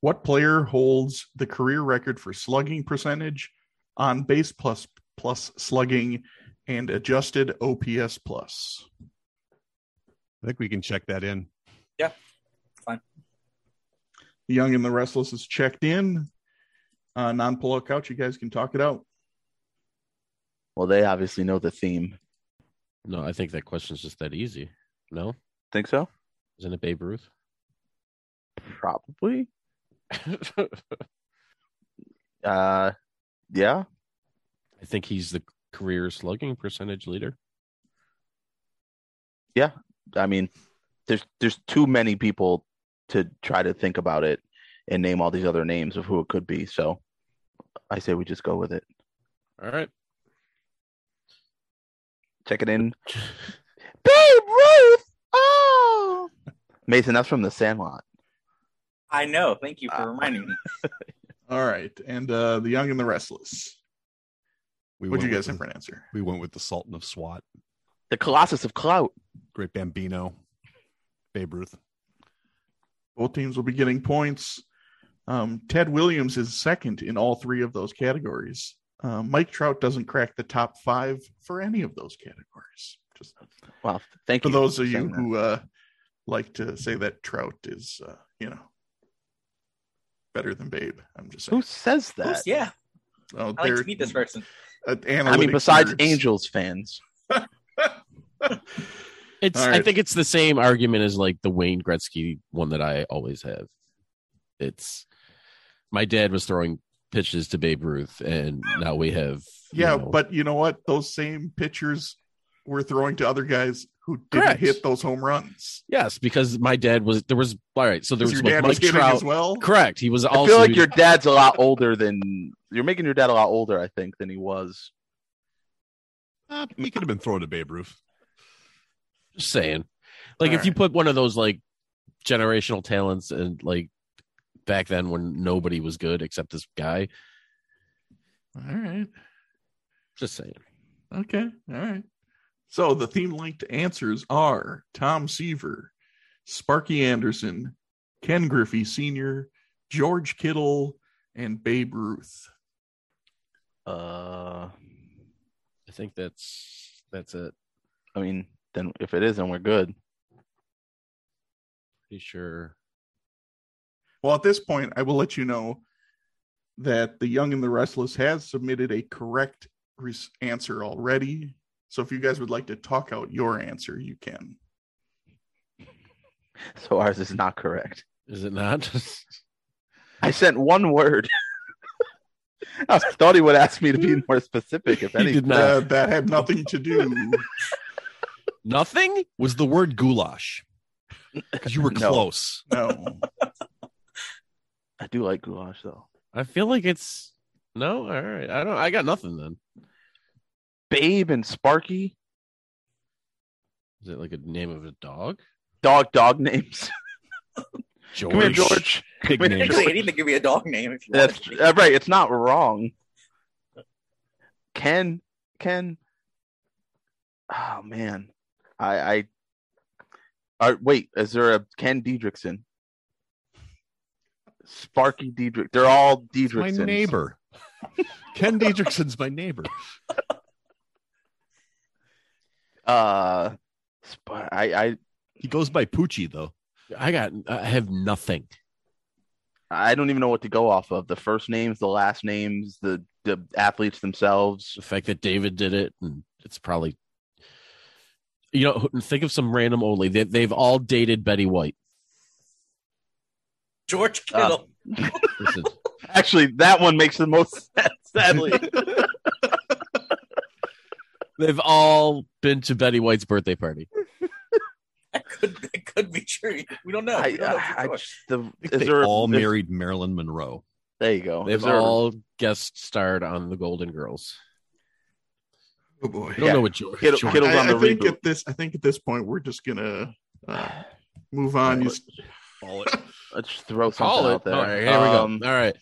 [SPEAKER 2] What player holds the career record for slugging percentage, on base plus plus slugging and adjusted OPS plus.
[SPEAKER 6] I think we can check that in.
[SPEAKER 2] Young and the Restless is checked in. Uh, non pullout couch, you guys can talk it out.
[SPEAKER 4] well they obviously know the theme
[SPEAKER 3] No, I think that question's just that easy. No?
[SPEAKER 4] think so
[SPEAKER 3] Isn't it Babe Ruth?
[SPEAKER 4] probably uh yeah
[SPEAKER 3] I think he's the career slugging percentage leader.
[SPEAKER 4] i mean there's there's too many people to try to think about it and name all these other names of who it could be so i say we just go with it
[SPEAKER 3] All right.
[SPEAKER 4] Check it in. Babe Ruth. Oh, Mason, that's from The Sandlot.
[SPEAKER 5] I know. Thank you for reminding me.
[SPEAKER 2] All right. And uh, the Young and the Restless.
[SPEAKER 6] We
[SPEAKER 2] What'd
[SPEAKER 6] went
[SPEAKER 2] you guys
[SPEAKER 6] with
[SPEAKER 2] have for
[SPEAKER 6] the-
[SPEAKER 2] an answer?
[SPEAKER 6] We went with the Sultan of SWAT,
[SPEAKER 4] The Colossus of Clout.
[SPEAKER 6] Great Bambino, Babe Ruth.
[SPEAKER 2] Both teams will be getting points. Um, Ted Williams is second in all three of those categories. Uh, Mike Trout doesn't crack the top five for any of those categories. Just
[SPEAKER 4] Wow, thank
[SPEAKER 2] for
[SPEAKER 4] you.
[SPEAKER 2] those of you
[SPEAKER 4] saying that.
[SPEAKER 2] who uh, like to say that Trout is, uh, you know, better than Babe. I'm just
[SPEAKER 4] who
[SPEAKER 2] saying.
[SPEAKER 4] says
[SPEAKER 5] Of
[SPEAKER 4] that?
[SPEAKER 5] course, yeah,
[SPEAKER 2] Oh,
[SPEAKER 5] I like
[SPEAKER 2] they're-
[SPEAKER 5] to meet this person.
[SPEAKER 2] uh,
[SPEAKER 4] I mean,
[SPEAKER 2] analytic
[SPEAKER 4] besides
[SPEAKER 2] nerds.
[SPEAKER 4] Angels fans,
[SPEAKER 3] It's
[SPEAKER 2] All
[SPEAKER 3] I
[SPEAKER 2] right.
[SPEAKER 3] think it's the same argument as like the Wayne Gretzky one that I always have. It's my dad was throwing pitches to Babe Ruth and now we have you
[SPEAKER 2] Yeah,
[SPEAKER 3] know,
[SPEAKER 2] but you know what? Those same pitchers were throwing to other guys who didn't
[SPEAKER 3] Correct.
[SPEAKER 2] hit those home runs.
[SPEAKER 3] Yes, because my dad was there was all right. So there
[SPEAKER 2] 'Cause your
[SPEAKER 3] was like
[SPEAKER 2] dad was
[SPEAKER 3] Mike
[SPEAKER 2] hitting
[SPEAKER 3] Trout.
[SPEAKER 2] as well.
[SPEAKER 3] Correct. He was
[SPEAKER 4] I
[SPEAKER 3] also
[SPEAKER 4] feel like your dad's a lot older than you're making your dad a lot older, I think, than he was.
[SPEAKER 7] Uh, he could have been thrown to Babe Ruth.
[SPEAKER 3] just saying. Like
[SPEAKER 2] All
[SPEAKER 3] if you put one of those like generational talents and like back then when nobody was good except this guy.
[SPEAKER 2] All right.
[SPEAKER 3] Just saying.
[SPEAKER 2] Okay. All right. So the theme linked answers are Tom Seaver, Sparky Anderson, Ken Griffey Sr., George Kittle, and Babe Ruth.
[SPEAKER 4] Uh,
[SPEAKER 3] I think that's that's it.
[SPEAKER 4] I mean, then if it is, then we're good.
[SPEAKER 3] Pretty sure.
[SPEAKER 2] Well, at this point, I will let you know that the Young and the Restless has submitted a correct res- answer already. So if you guys would like to talk out your answer, you can.
[SPEAKER 4] So ours is not correct.
[SPEAKER 3] Is it not?
[SPEAKER 4] I sent one word. I thought he would ask me to be more specific. If
[SPEAKER 3] He
[SPEAKER 4] anything,
[SPEAKER 3] did not.
[SPEAKER 2] Uh, that had nothing to do.
[SPEAKER 3] Nothing?
[SPEAKER 7] Was the word goulash? Because you were
[SPEAKER 4] No.
[SPEAKER 7] close.
[SPEAKER 2] No.
[SPEAKER 4] I do like goulash though.
[SPEAKER 3] I feel like it's no, all right. I don't I got nothing then.
[SPEAKER 4] Babe and Sparky,
[SPEAKER 3] Is it like a name of a dog?
[SPEAKER 4] dog dog names.
[SPEAKER 3] George.
[SPEAKER 4] Come here, George.
[SPEAKER 7] Pig
[SPEAKER 4] Wait,
[SPEAKER 7] names.
[SPEAKER 4] George.
[SPEAKER 5] Actually, you need to give me a dog name if you want.
[SPEAKER 4] That's uh, right. It's not wrong. Ken, Ken. Oh man, I, I. All right, wait. Is there a Ken Diedrichson? Sparky Diedrich. They're all
[SPEAKER 7] My
[SPEAKER 4] Diedrichsons.
[SPEAKER 7] neighbor. Ken Dietrichson's my neighbor.
[SPEAKER 4] Uh, Sp- I,
[SPEAKER 7] He goes by Poochie though.
[SPEAKER 3] I got I have nothing.
[SPEAKER 4] I, I don't even know what to go off of. The first names, the last names, the the athletes themselves.
[SPEAKER 3] the fact that David did it, and it's probably you know think of some random old lady. They, they've all dated Betty White.
[SPEAKER 5] George Kittle.
[SPEAKER 3] Listen,
[SPEAKER 4] Actually, that one makes the most sense. Sadly,
[SPEAKER 3] they've all been to Betty White's birthday party.
[SPEAKER 5] that could that could be true. We don't know.
[SPEAKER 4] I,
[SPEAKER 5] We don't know
[SPEAKER 4] I,
[SPEAKER 5] for
[SPEAKER 4] I
[SPEAKER 5] sure.
[SPEAKER 4] just the
[SPEAKER 7] I think
[SPEAKER 4] is
[SPEAKER 7] they
[SPEAKER 4] there a-
[SPEAKER 7] all
[SPEAKER 4] is-
[SPEAKER 7] married Marilyn Monroe.
[SPEAKER 4] There you go.
[SPEAKER 3] They've
[SPEAKER 4] Is there-
[SPEAKER 3] all guest starred on The Golden Girls.
[SPEAKER 2] Oh boy.
[SPEAKER 3] I don't
[SPEAKER 4] Yeah.
[SPEAKER 3] know what George.
[SPEAKER 4] Kittle-
[SPEAKER 3] George-
[SPEAKER 4] Kittle's
[SPEAKER 2] I,
[SPEAKER 4] on the
[SPEAKER 2] I think
[SPEAKER 4] reboot.
[SPEAKER 2] at this I think at this point we're just gonna uh, move on. You, s-
[SPEAKER 7] All it-
[SPEAKER 4] Let's just throw something
[SPEAKER 3] Call it.
[SPEAKER 4] out there.
[SPEAKER 3] All right, here we
[SPEAKER 4] Um,
[SPEAKER 3] go. All right,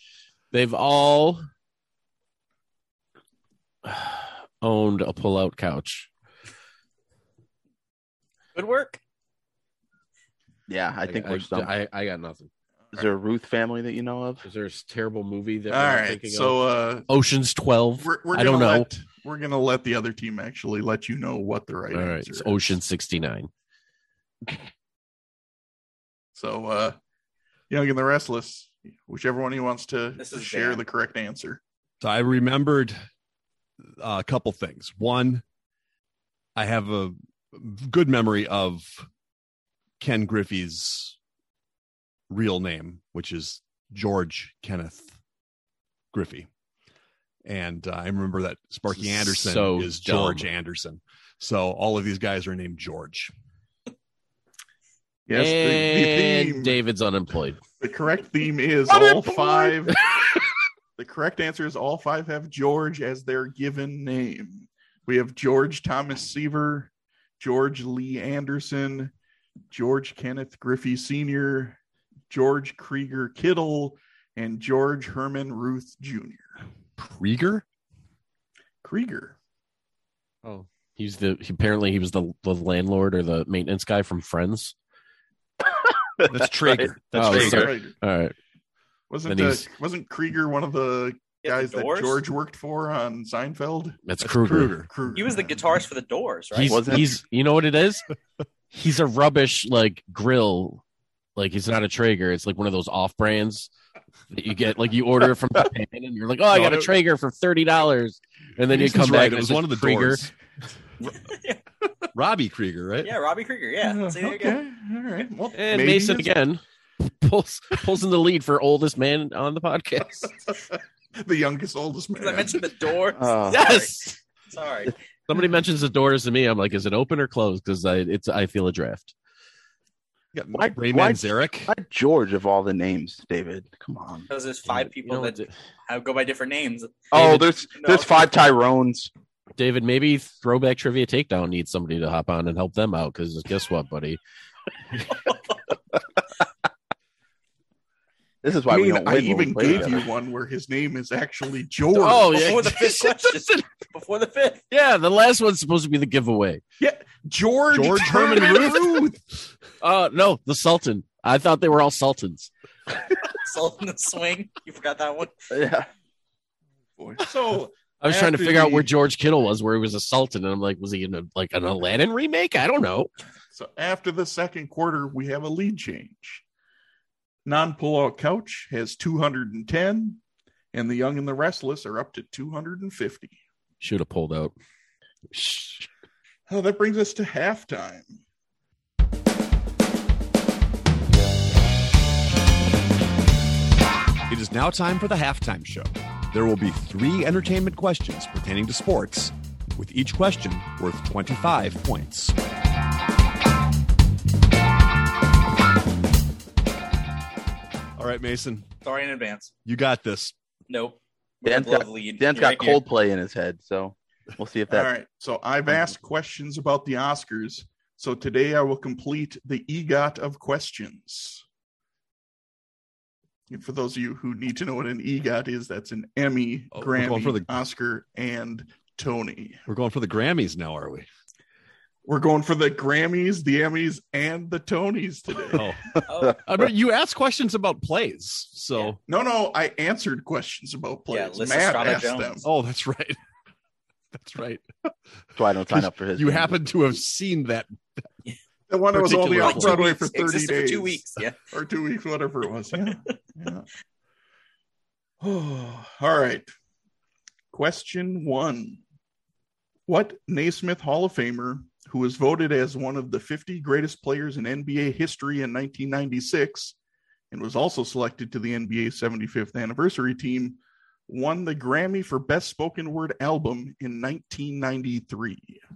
[SPEAKER 3] they've all owned a pull-out couch.
[SPEAKER 5] Good work.
[SPEAKER 4] Yeah, I think we're stumped.
[SPEAKER 3] I, I got nothing.
[SPEAKER 4] Is there a Ruth family that you know of?
[SPEAKER 3] Is there a terrible movie that?
[SPEAKER 2] all
[SPEAKER 3] we're
[SPEAKER 2] right.
[SPEAKER 3] Thinking
[SPEAKER 2] So uh,
[SPEAKER 3] of? Ocean's Twelve.
[SPEAKER 2] we're, we're
[SPEAKER 3] I
[SPEAKER 2] gonna
[SPEAKER 3] don't know.
[SPEAKER 2] let we're gonna let the other team actually let you know what the right
[SPEAKER 3] All right,
[SPEAKER 2] answer
[SPEAKER 3] it's
[SPEAKER 2] is.
[SPEAKER 3] Ocean 69.
[SPEAKER 2] So uh, Young and the Restless, whichever one he wants to
[SPEAKER 5] This is
[SPEAKER 2] share
[SPEAKER 5] Dan.
[SPEAKER 2] the correct answer.
[SPEAKER 7] So I remembered uh, a couple things. One, I have a good memory of Ken Griffey's real name, which is George Kenneth Griffey. And uh, I remember that Sparky
[SPEAKER 3] This is
[SPEAKER 7] Anderson
[SPEAKER 3] so
[SPEAKER 7] is
[SPEAKER 3] dumb.
[SPEAKER 7] George Anderson. So all of these guys are named George.
[SPEAKER 2] Yes, the, the
[SPEAKER 3] and
[SPEAKER 2] theme,
[SPEAKER 3] David's unemployed.
[SPEAKER 2] the correct theme is
[SPEAKER 3] Other
[SPEAKER 2] all
[SPEAKER 3] boy.
[SPEAKER 2] five. the correct answer is all five have George as their given name. We have George Thomas Seaver, George Lee Anderson, George Kenneth Griffey Sr., George Krieger Kittle, and George Herman Ruth Jr.
[SPEAKER 7] Krieger?
[SPEAKER 2] Krieger.
[SPEAKER 3] Oh, he's the he, apparently he was the, the landlord or the maintenance guy from Friends.
[SPEAKER 7] That's Traeger. That's
[SPEAKER 3] Oh,
[SPEAKER 7] Traeger.
[SPEAKER 3] sorry.
[SPEAKER 2] Krieger.
[SPEAKER 3] All right,
[SPEAKER 2] Wasn't
[SPEAKER 3] Then
[SPEAKER 2] uh,
[SPEAKER 3] he's-
[SPEAKER 2] wasn't Krieger one of the
[SPEAKER 5] Yeah,
[SPEAKER 2] guys
[SPEAKER 5] the
[SPEAKER 2] that
[SPEAKER 5] Doors?
[SPEAKER 2] George worked for on Seinfeld?
[SPEAKER 3] that's,
[SPEAKER 7] That's
[SPEAKER 3] Kruger.
[SPEAKER 7] Kruger.
[SPEAKER 2] Kruger.
[SPEAKER 5] He was the guitarist for the Doors, right?
[SPEAKER 3] He's
[SPEAKER 4] Wasn't-
[SPEAKER 3] he's you know what it is? He's a rubbish like grill. Like it's not a Traeger. It's like one of those off brands that you get. Like you order from Japan, and you're like, oh, I
[SPEAKER 7] No,
[SPEAKER 3] got a
[SPEAKER 7] it-
[SPEAKER 3] Traeger for thirty dollars, and then you
[SPEAKER 7] Jason's
[SPEAKER 3] come
[SPEAKER 7] right.
[SPEAKER 3] back.
[SPEAKER 7] It
[SPEAKER 3] and
[SPEAKER 7] was
[SPEAKER 3] it's
[SPEAKER 7] one of the
[SPEAKER 3] Krieger.
[SPEAKER 7] Doors. Robbie Krieger, right?
[SPEAKER 5] yeah, Robbie Krieger. Yeah.
[SPEAKER 2] Uh,
[SPEAKER 5] See, there you go.
[SPEAKER 2] okay. All right. Well,
[SPEAKER 3] And
[SPEAKER 2] maybe
[SPEAKER 3] Mason
[SPEAKER 2] it's-
[SPEAKER 3] again pulls pulls in the lead for oldest man on the podcast.
[SPEAKER 2] the youngest, oldest man.
[SPEAKER 3] Uh,
[SPEAKER 5] Because I mentioned the Doors.
[SPEAKER 4] Oh.
[SPEAKER 5] Sorry. Sorry.
[SPEAKER 3] Somebody mentions the doors to me. I'm like, is it open or closed? Because I it's I feel a draft.
[SPEAKER 7] You got
[SPEAKER 4] Why-
[SPEAKER 7] Ray
[SPEAKER 4] why-
[SPEAKER 7] Manzarek.
[SPEAKER 4] Why George of all the names, David? Come on.
[SPEAKER 5] Because there's five people
[SPEAKER 3] You know,
[SPEAKER 5] that
[SPEAKER 3] D-
[SPEAKER 5] have, go by different names.
[SPEAKER 4] Oh, there's
[SPEAKER 5] No.
[SPEAKER 4] there's five Tyrones.
[SPEAKER 3] David, maybe throwback trivia takedown needs somebody to hop on and help them out. Because guess what, buddy?
[SPEAKER 4] This is why
[SPEAKER 2] I
[SPEAKER 4] we
[SPEAKER 2] mean,
[SPEAKER 4] don't win.
[SPEAKER 2] I
[SPEAKER 4] when we
[SPEAKER 2] even
[SPEAKER 4] play
[SPEAKER 2] gave
[SPEAKER 4] together.
[SPEAKER 2] you one where his name is actually George.
[SPEAKER 3] Oh
[SPEAKER 5] Before
[SPEAKER 3] yeah,
[SPEAKER 5] the fifth question. Before the fifth.
[SPEAKER 3] yeah. The last one's supposed to be the giveaway.
[SPEAKER 2] George,
[SPEAKER 7] George Herman Ruth.
[SPEAKER 3] Uh no, the Sultan. I thought they were all sultans.
[SPEAKER 5] Salt in the swing. You forgot that one.
[SPEAKER 4] Yeah.
[SPEAKER 2] Boy. So
[SPEAKER 3] I was trying to
[SPEAKER 2] After
[SPEAKER 3] figure out
[SPEAKER 2] the-
[SPEAKER 3] where George Kittle was, where he was a sultan, and I'm like, was he in a, like an Aladdin remake? I don't know.
[SPEAKER 2] So after the second quarter, we have a lead change. Non pullout couch has 210, and the young and the restless are up to 250.
[SPEAKER 3] Should have pulled out.
[SPEAKER 2] Oh, that brings us to halftime.
[SPEAKER 6] It is now time for the halftime show. There will be three entertainment questions pertaining to sports, with each question worth 25 points.
[SPEAKER 7] All right, Mason,
[SPEAKER 5] Sorry in advance.
[SPEAKER 7] you got this.
[SPEAKER 5] Nope. We
[SPEAKER 4] Dan's
[SPEAKER 5] have love
[SPEAKER 4] got,
[SPEAKER 5] lead
[SPEAKER 4] Dan's
[SPEAKER 5] right
[SPEAKER 4] got
[SPEAKER 5] here.
[SPEAKER 4] Coldplay in his head, so we'll see if that.
[SPEAKER 2] All right. So
[SPEAKER 7] Mm-hmm.
[SPEAKER 2] I've asked questions about the Oscars. So today I will complete the EGOT of questions. And for those of you who need to know what an EGOT is, that's an Emmy,
[SPEAKER 7] Oh, we're
[SPEAKER 2] Grammy,
[SPEAKER 7] going for the-
[SPEAKER 2] Oscar, and Tony.
[SPEAKER 7] We're going for the Grammys now, are we?
[SPEAKER 2] We're going for the Grammys, the Emmys, and the Tonys today.
[SPEAKER 7] Oh,
[SPEAKER 5] Oh,
[SPEAKER 7] I mean, you asked questions about plays, so
[SPEAKER 5] Yeah.
[SPEAKER 2] No, no, I answered questions about
[SPEAKER 5] Yeah,
[SPEAKER 2] players.
[SPEAKER 5] Liz
[SPEAKER 2] Matt
[SPEAKER 5] Estrada
[SPEAKER 2] asked
[SPEAKER 5] Jones.
[SPEAKER 2] them.
[SPEAKER 7] oh, that's right, that's right.
[SPEAKER 4] That's why I don't sign up for his.
[SPEAKER 7] You
[SPEAKER 4] game.
[SPEAKER 7] happen to have seen that.
[SPEAKER 2] The one that was only
[SPEAKER 7] Particular
[SPEAKER 2] on
[SPEAKER 5] like two
[SPEAKER 2] Broadway
[SPEAKER 5] weeks.
[SPEAKER 2] for thirty
[SPEAKER 5] Existed
[SPEAKER 2] days,
[SPEAKER 5] For two weeks. Yeah.
[SPEAKER 2] or two weeks, whatever it was. Yeah, yeah. Oh, all right. Question one: What Naismith Hall of Famer, who was voted as one of the fifty greatest players in NBA history in 1996, and was also selected to the NBA 75th anniversary team, won the Grammy for Best Spoken Word Album in 1993?
[SPEAKER 3] All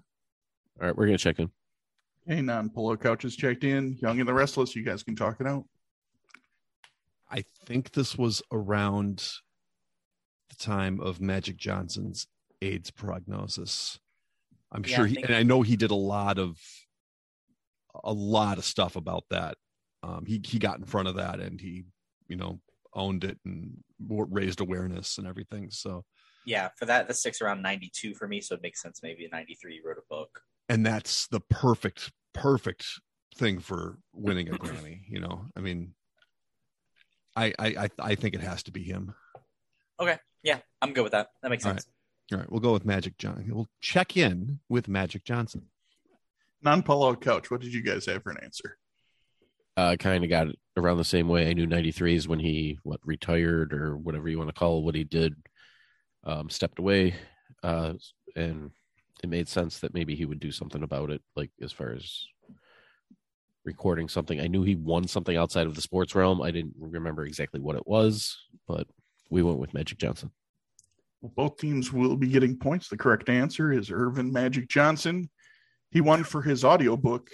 [SPEAKER 3] right, we're gonna check in.
[SPEAKER 2] Hey, non polo couches checked in. Young and the Restless, you guys can talk it out.
[SPEAKER 7] I think this was around the time of Magic Johnson's AIDS prognosis. I'm
[SPEAKER 5] Yeah,
[SPEAKER 7] sure,
[SPEAKER 5] I
[SPEAKER 7] he,
[SPEAKER 5] think-
[SPEAKER 7] and I know he did a lot of a lot of stuff about that. Um, he he got in front of that, and he you know owned it and wa- raised awareness and everything. So,
[SPEAKER 5] Yeah. For that, that sticks around 92 for me. So it makes sense. Maybe in 93 you wrote a book.
[SPEAKER 7] and that's the perfect perfect thing for winning a Grammy. You know, I mean, I I I, I think it has to be him.
[SPEAKER 5] Yeah. I'm good with that. That makes
[SPEAKER 7] All
[SPEAKER 5] sense.
[SPEAKER 7] All right, we'll go with Magic Johnson. We'll check in with Magic Johnson.
[SPEAKER 2] Non polo couch, what did you guys have for an answer?
[SPEAKER 3] Uh, kind of got it around the same way. I knew '93 is when he what retired or whatever you want to call what he did, um, stepped away, uh, and it made sense that maybe he would do something about it, like as far as recording something. I knew he won something outside of the sports realm. I didn't remember exactly what it was, but we went with Magic Johnson.
[SPEAKER 2] Well, both teams will be getting points. The correct answer is Irvin Magic Johnson. He won for his audiobook,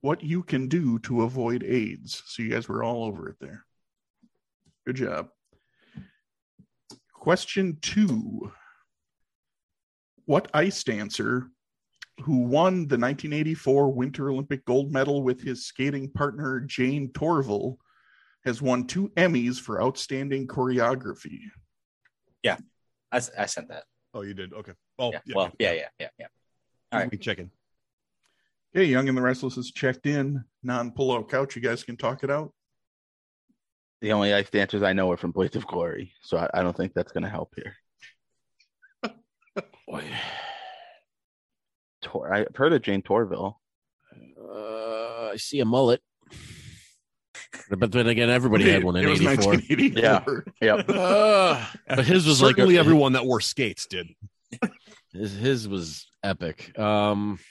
[SPEAKER 2] What You Can Do to Avoid AIDS. So you guys were all over it there. Good job. Question two What ice dancer who won the 1984 Winter Olympic gold medal with his skating partner Jane Torval has won two Emmys for outstanding choreography?
[SPEAKER 5] I s I I, sent that.
[SPEAKER 7] Oh, you did? Okay. Oh,
[SPEAKER 5] Yeah. Well, yeah, yeah, yeah, yeah. all right.
[SPEAKER 7] We check in.
[SPEAKER 2] Hey, Young and the Restless is checked in. Non pullout couch, you guys can talk it out.
[SPEAKER 4] The only ice dancers I know are from Blades of Glory, so I, I don't think that's going to help here.
[SPEAKER 3] Boy.
[SPEAKER 4] Tor- I've heard of Jane Torville.
[SPEAKER 3] Uh, I see a mullet. But then again, everybody had one in
[SPEAKER 2] It was
[SPEAKER 3] '84.
[SPEAKER 2] 1984.
[SPEAKER 4] Yep.
[SPEAKER 3] Uh, but his was like
[SPEAKER 7] Certainly
[SPEAKER 3] a-
[SPEAKER 7] everyone that wore skates did.
[SPEAKER 3] His, his was epic. Um,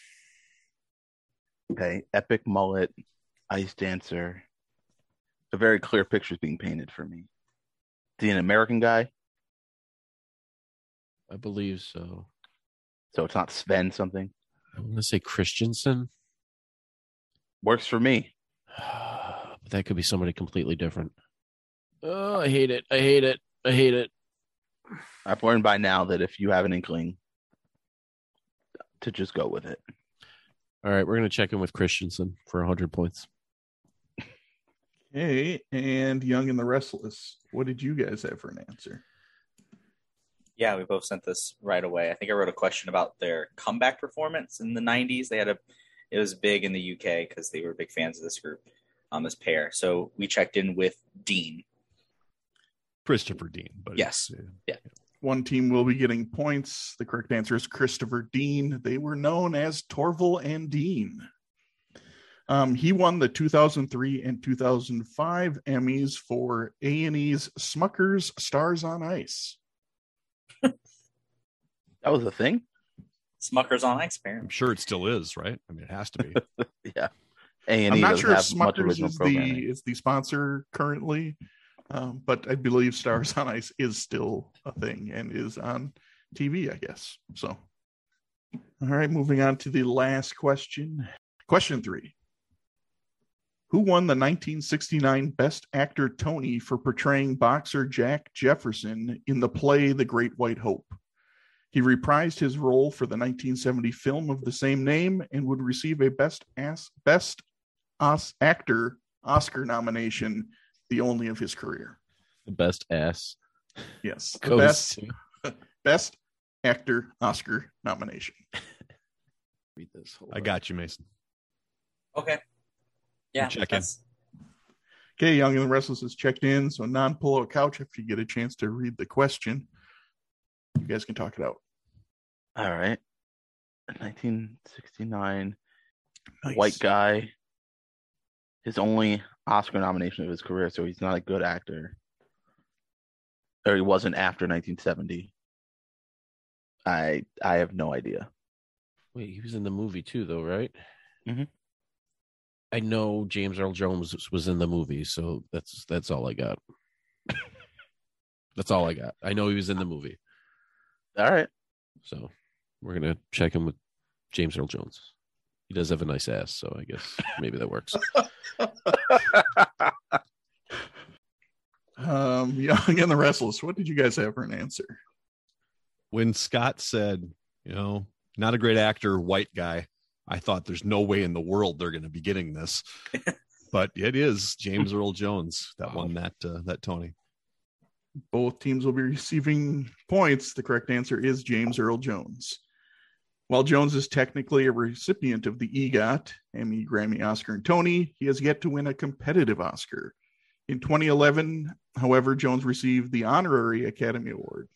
[SPEAKER 4] Okay. Epic mullet, ice dancer. A very clear picture is being painted for me. Is he an American guy?
[SPEAKER 3] I believe so.
[SPEAKER 4] So it's not Sven something.
[SPEAKER 3] I want to say Christensen,
[SPEAKER 4] Works for me.
[SPEAKER 3] but that could be somebody completely different. Oh, I hate it. I hate it. I hate it.
[SPEAKER 4] I've learned by now that if you have an inkling, to just go with it.
[SPEAKER 3] All right, we're gonna check in with Christensen for hundred points.
[SPEAKER 2] Okay, and Young and the Restless. What did you guys have for an answer?
[SPEAKER 5] Yeah, we both sent this right away. I think I wrote a question about their comeback performance in the '90s. They had a, it was big in the UK because they were big fans of this group, on this pair. So we checked in with Dean.
[SPEAKER 7] Christopher Dean. But
[SPEAKER 5] Yes.
[SPEAKER 7] it's, uh,
[SPEAKER 2] One team will be getting points. The correct answer is Christopher Dean. They were known as Torval and Dean. Um, he won the 2003 and 2005 Emmys for A&E's Smuckers Stars on Ice.
[SPEAKER 4] That was a thing.
[SPEAKER 5] Smuckers on Ice,
[SPEAKER 7] I'm
[SPEAKER 5] apparently.
[SPEAKER 7] sure it still is, right? I mean, it has to be.
[SPEAKER 4] A and
[SPEAKER 2] I'm
[SPEAKER 4] E
[SPEAKER 2] not
[SPEAKER 4] doesn't
[SPEAKER 2] sure if
[SPEAKER 4] have much
[SPEAKER 2] Smuckers
[SPEAKER 4] original
[SPEAKER 2] is the,
[SPEAKER 4] programming.
[SPEAKER 2] is the sponsor currently, um, but I believe Stars on Ice is still a thing and is on TV, I guess. So, all right, moving on to the last question. Question three Who won the 1969 Best Actor Tony for portraying boxer Jack Jefferson in the play The Great White Hope? He reprised his role for the 1970 film of the same name and would receive a Best, As- Best Os- actor Oscar nomination, the only of his career.
[SPEAKER 3] The best ass
[SPEAKER 2] Yes, the
[SPEAKER 3] goes
[SPEAKER 2] best
[SPEAKER 3] to-
[SPEAKER 2] best actor Oscar nomination.
[SPEAKER 3] read this. Hold
[SPEAKER 7] I
[SPEAKER 3] on.
[SPEAKER 7] got you, Mason.
[SPEAKER 5] Okay. Yeah.
[SPEAKER 7] check in.
[SPEAKER 5] that's-
[SPEAKER 2] Okay, Young and the Restless is checked in, so non pull out couch if you get a chance to read the question. You guys can talk it out.
[SPEAKER 4] All right. 1969
[SPEAKER 2] Nice.
[SPEAKER 4] white guy. His only Oscar nomination of his career, so he's not a good actor. Or he wasn't after 1970. I I have no idea.
[SPEAKER 3] Wait, he was in the movie too, though, right?
[SPEAKER 4] Mhm.
[SPEAKER 3] I know James Earl Jones was in the movie, so that's that's all I got. that's all I got. I know he was in the movie,
[SPEAKER 4] All right.
[SPEAKER 3] so we're gonna check him with James Earl Jones. He does have a nice ass, so I guess maybe that works.
[SPEAKER 2] Um, Young and the Restless, what did you guys have for an answer?
[SPEAKER 7] When Scott said, you know, not a great actor, white guy, I thought there's no way in the world they're going to be getting this. but it is James Earl Jones that won that uh, that Tony.
[SPEAKER 2] Both teams will be receiving points. The correct answer is James Earl Jones. While Jones is technically a recipient of the E EGOT, Emmy, Grammy, Oscar, and Tony, he has yet to win a competitive Oscar. In 2011, however, Jones received the honorary Academy Award.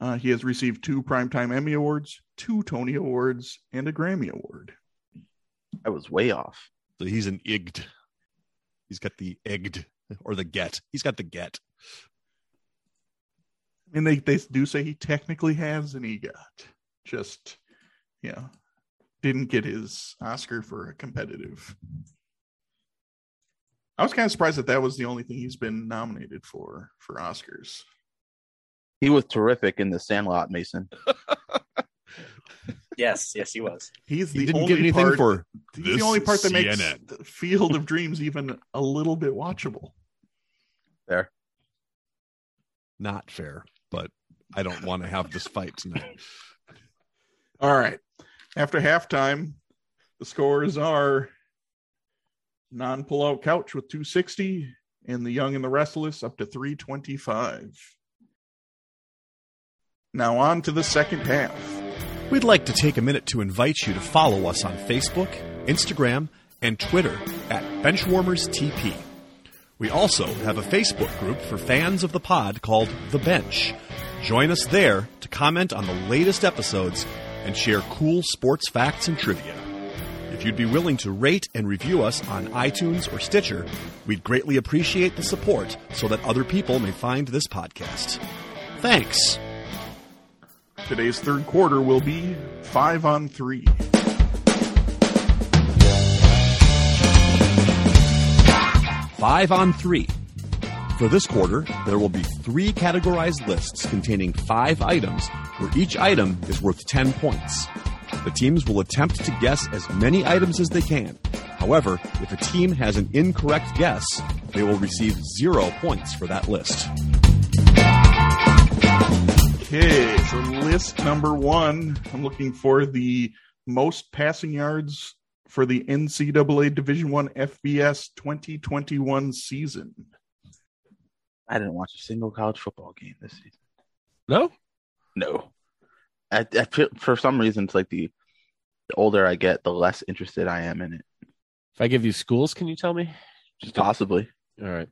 [SPEAKER 2] Uh, he has received two Primetime Emmy Awards, two Tony Awards, and a Grammy Award.
[SPEAKER 4] I was way off.
[SPEAKER 7] So he's an igged. He's got the egged or the get. He's got the get.
[SPEAKER 2] I mean, they, they do say he technically has an EGOT, just, you know, didn't get his Oscar for a competitive. I was kind of surprised that that was the only thing he's been nominated for for Oscars.
[SPEAKER 4] He was terrific in the Sandlot, Mason.
[SPEAKER 5] Yes. Yes, he was.
[SPEAKER 2] He's the
[SPEAKER 7] He didn't
[SPEAKER 2] only
[SPEAKER 7] get
[SPEAKER 2] part,
[SPEAKER 7] anything for
[SPEAKER 2] he's
[SPEAKER 7] this
[SPEAKER 2] the only part that
[SPEAKER 7] CNN.
[SPEAKER 2] makes the Field of Dreams even a little bit watchable.
[SPEAKER 7] not fair, but I don't want to have this fight tonight.
[SPEAKER 2] All right. After halftime, the scores are non pullout couch with 260 and the young and the restless up to 325. Now on to the second half.
[SPEAKER 6] We'd like to take a minute to invite you to follow us on Facebook, Instagram, and Twitter at Benchwarmers TP. We also have a Facebook group for fans of the pod called The Bench. Join us there to comment on the latest episodes and share cool sports facts and trivia. If you'd be willing to rate and review us on iTunes or Stitcher, we'd greatly appreciate the support so that other people may find this podcast. Thanks.
[SPEAKER 2] Today's third quarter will be five on three.
[SPEAKER 6] Five on three. For this quarter, there will be three categorized lists containing five items, where each item is worth 10 points. The teams will attempt to guess as many items as they can. However, if a team has an incorrect guess, they will receive zero points for that list.
[SPEAKER 2] Okay, so list number one. I'm looking for the most passing yards for the NCAA Division One FBS 2021 season.
[SPEAKER 4] I didn't watch a single college football game this season.
[SPEAKER 3] No?
[SPEAKER 4] No, I, I feel, for some reason it's like the the older I get, the less interested I am in it.
[SPEAKER 3] If I give you schools, can you tell me?
[SPEAKER 4] Just possibly.
[SPEAKER 3] All right.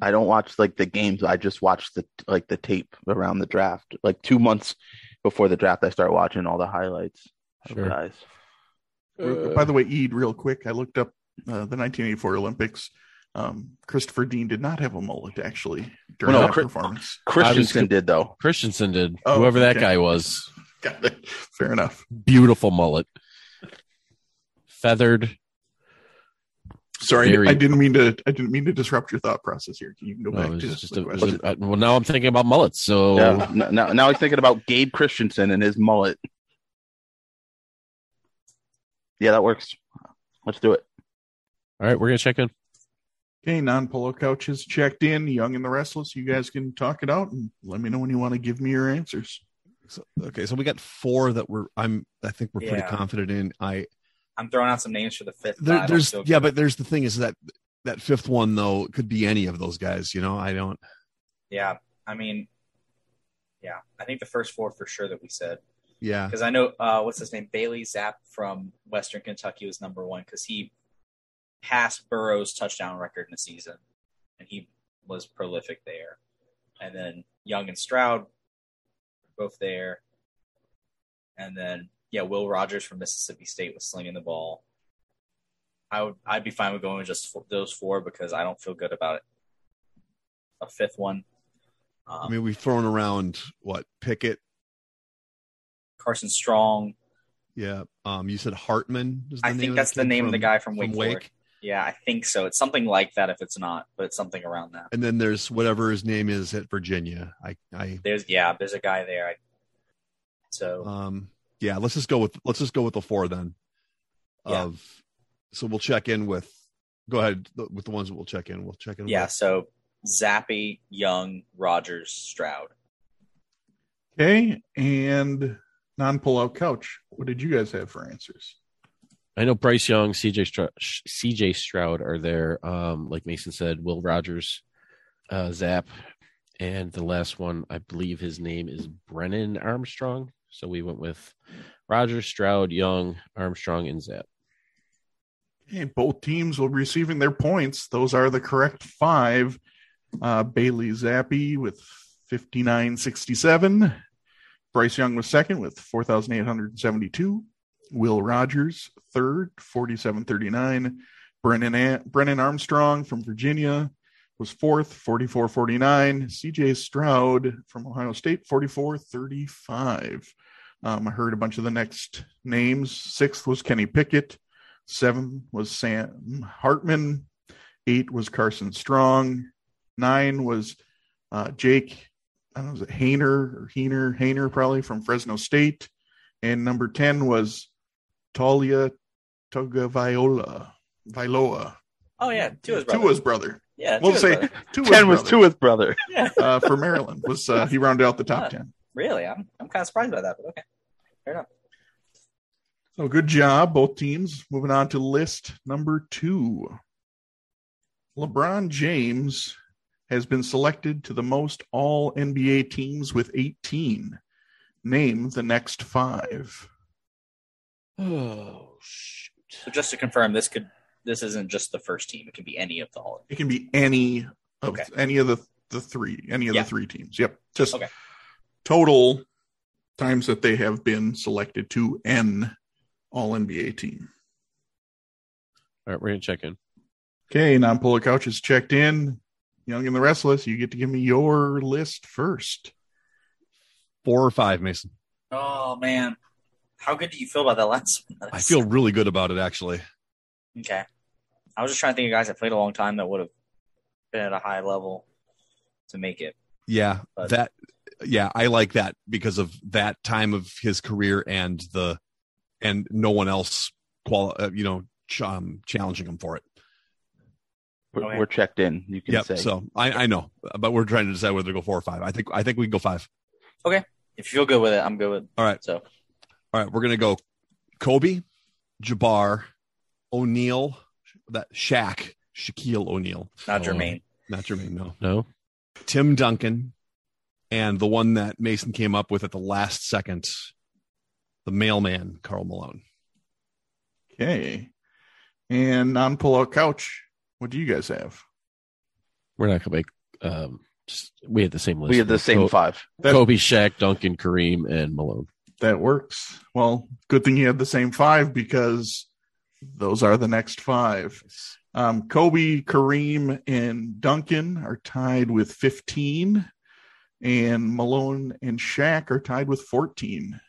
[SPEAKER 4] I don't watch like the games. I just watch the like the tape around the draft. Like two months before the draft, I start watching all the highlights of
[SPEAKER 3] Sure.
[SPEAKER 4] guys.
[SPEAKER 3] Uh,
[SPEAKER 2] By the way, Ed, real quick, I looked up uh, the 1984 Olympics. Um, Christopher Dean did not have a mullet actually during
[SPEAKER 4] Well, no,
[SPEAKER 2] that
[SPEAKER 4] Chris-
[SPEAKER 2] performance.
[SPEAKER 4] Christensen
[SPEAKER 3] gonna-
[SPEAKER 4] did though.
[SPEAKER 3] Christensen did.
[SPEAKER 2] Oh,
[SPEAKER 3] Whoever that
[SPEAKER 2] okay.
[SPEAKER 3] guy was.
[SPEAKER 2] Got it. Fair enough.
[SPEAKER 3] Beautiful mullet. Feathered.
[SPEAKER 2] Sorry,
[SPEAKER 3] Very-
[SPEAKER 2] I didn't mean to. I didn't mean to disrupt your thought process here. Can you go
[SPEAKER 3] No,
[SPEAKER 2] back
[SPEAKER 3] Oh, it
[SPEAKER 2] to just
[SPEAKER 3] was just a, it was
[SPEAKER 2] question?
[SPEAKER 3] a- uh, well, now I'm thinking about mullets. So
[SPEAKER 4] Yeah. N- Now, now he's thinking about Gabe Christensen and his mullet. Yeah, that works. Let's do it.
[SPEAKER 3] all right, we're gonna check in.
[SPEAKER 2] Okay, non polo couches checked in. Young and the Restless, you guys can talk it out and let me know when you want to give me your answers.
[SPEAKER 7] So, okay, so we got four that we're I'm I think we're pretty
[SPEAKER 5] Yeah.
[SPEAKER 7] confident in. I
[SPEAKER 5] I'm throwing out some names for the fifth.
[SPEAKER 7] there,
[SPEAKER 5] I don't
[SPEAKER 7] there's
[SPEAKER 5] feel
[SPEAKER 7] yeah,
[SPEAKER 5] good.
[SPEAKER 7] but there's the thing is that that fifth one though could be any of those guys. You know, I don't.
[SPEAKER 5] yeah. I mean, yeah. I think the first four for sure that we said
[SPEAKER 7] Yeah,
[SPEAKER 5] because I know uh, what's his name Bailey Zapp from Western Kentucky was number one because he passed Burrow's touchdown record in the season, and he was prolific there. And then Young and Stroud, both there. And then yeah, Will Rogers from Mississippi State was slinging the ball. I would I'd be fine with going with just fo- those four because I don't feel good about it. A fifth one, um,
[SPEAKER 7] I mean we've thrown around what Pickett.
[SPEAKER 5] Carson Strong.
[SPEAKER 7] Yeah, um, you said Hartman. Is the
[SPEAKER 5] I
[SPEAKER 7] name
[SPEAKER 5] think
[SPEAKER 7] of
[SPEAKER 5] that's the
[SPEAKER 7] kid
[SPEAKER 5] name of the
[SPEAKER 7] from-
[SPEAKER 5] guy from Wake,
[SPEAKER 7] from
[SPEAKER 5] Forest. Yeah, I think so. It's something like that if it's not, but it's something around that.
[SPEAKER 7] and then there's whatever his name is at Virginia. I, I,
[SPEAKER 5] There's yeah, there's a guy there. I, so
[SPEAKER 7] um, yeah. Let's just go with let's just go with the four then.
[SPEAKER 5] Yeah.
[SPEAKER 7] Of, so we'll check in with. Go ahead th- with the ones that we'll check in. We'll check in.
[SPEAKER 5] yeah,
[SPEAKER 7] with-
[SPEAKER 5] so Zappy, Young, Rogers, Stroud.
[SPEAKER 2] Okay, and non pullout couch. What did you guys have for answers?
[SPEAKER 3] I know Bryce Young, CJ Stroud, CJ Stroud are there. Um, like Mason said, Will Rogers, uh, Zap, and the last one I believe his name is Brennan Armstrong. So we went with Rogers, Stroud, Young, Armstrong, and Zap.
[SPEAKER 2] Okay, both teams will be receiving their points. Those are the correct five. Uh, Bailey Zappi with 59.67. Bryce Young was second with 4,872. Will Rogers, third, 47.39. Brennan, A- Brennan Armstrong from Virginia was fourth, 44.49. CJ Stroud from Ohio State, 44.35. Um, I heard a bunch of the next names. Sixth was Kenny Pickett. Seven was Sam Hartman. Eight was Carson Strong. Nine was uh, Jake. I don't know, was it Hainer or Heiner? Hainer probably from Fresno State. And number ten was Talia Tugaviola. Viloa.
[SPEAKER 5] Oh yeah, Tua's brother.
[SPEAKER 2] Tua's brother.
[SPEAKER 5] yeah,
[SPEAKER 2] We'll
[SPEAKER 5] Tua's
[SPEAKER 2] say
[SPEAKER 5] brother.
[SPEAKER 2] Tua's
[SPEAKER 4] Ken was
[SPEAKER 2] brother,
[SPEAKER 4] two with brother.
[SPEAKER 5] Yeah,
[SPEAKER 2] uh, for Maryland. Was uh, he rounded out the top
[SPEAKER 5] Yeah.
[SPEAKER 2] ten?
[SPEAKER 5] really, I'm I'm kind of surprised by that, but okay.
[SPEAKER 2] So good job, both teams. Moving on to list number two. LeBron James has been selected to the most all NBA teams with 18. Name the next five.
[SPEAKER 3] Oh shoot!
[SPEAKER 5] So just to confirm, this could this isn't just the first team; it could be any of the all.
[SPEAKER 2] It can be any of
[SPEAKER 5] Okay.
[SPEAKER 2] any of the, the three, any of
[SPEAKER 5] Yeah.
[SPEAKER 2] the three teams. Yep. Just
[SPEAKER 5] Okay.
[SPEAKER 2] total times that they have been selected to an all NBA team.
[SPEAKER 3] All right, we're gonna check in.
[SPEAKER 2] Okay, non polar couch is checked in. Young and the Restless, you get to give me your list first.
[SPEAKER 7] four or five, Mason.
[SPEAKER 5] Oh man, how good do you feel about that last one?
[SPEAKER 7] I feel really good about it actually.
[SPEAKER 5] Okay. I was just trying to think of guys that played a long time that would have been at a high level. to make it.
[SPEAKER 7] Yeah,
[SPEAKER 5] But-
[SPEAKER 7] that. Yeah, I like that because of that time of his career and the, and no one else qual, uh, you know, ch- um, challenging him for it.
[SPEAKER 4] We're,
[SPEAKER 5] Oh, yeah.
[SPEAKER 4] we're checked in. You can
[SPEAKER 7] Yep.
[SPEAKER 4] say
[SPEAKER 7] So I, I know, but we're trying to decide whether to go four or five. I think I think we can go five.
[SPEAKER 5] If you feel good with it, I'm good with. it.
[SPEAKER 7] All right.
[SPEAKER 5] So
[SPEAKER 7] All right, we're gonna go Kobe, Jabbar, O'Neal, that Shaq, Shaquille O'Neal,
[SPEAKER 5] not
[SPEAKER 3] Oh.
[SPEAKER 5] Jermaine.
[SPEAKER 7] not Jermaine, no,
[SPEAKER 3] No.
[SPEAKER 7] Tim Duncan, and the one that Mason came up with at the last second, the mailman Carl Malone.
[SPEAKER 2] Okay. And non pullout couch. What do you guys have?
[SPEAKER 3] We're not going to make. Um, just, we had the same list.
[SPEAKER 4] we have the same
[SPEAKER 3] Ko-
[SPEAKER 4] five.
[SPEAKER 2] That-
[SPEAKER 3] Kobe, Shaq, Duncan, Kareem, and Malone.
[SPEAKER 2] That works. Well, good thing you had the same five because those are the next five. Um, Kobe, Kareem, and Duncan are tied with 15, and Malone and Shaq are tied with 14.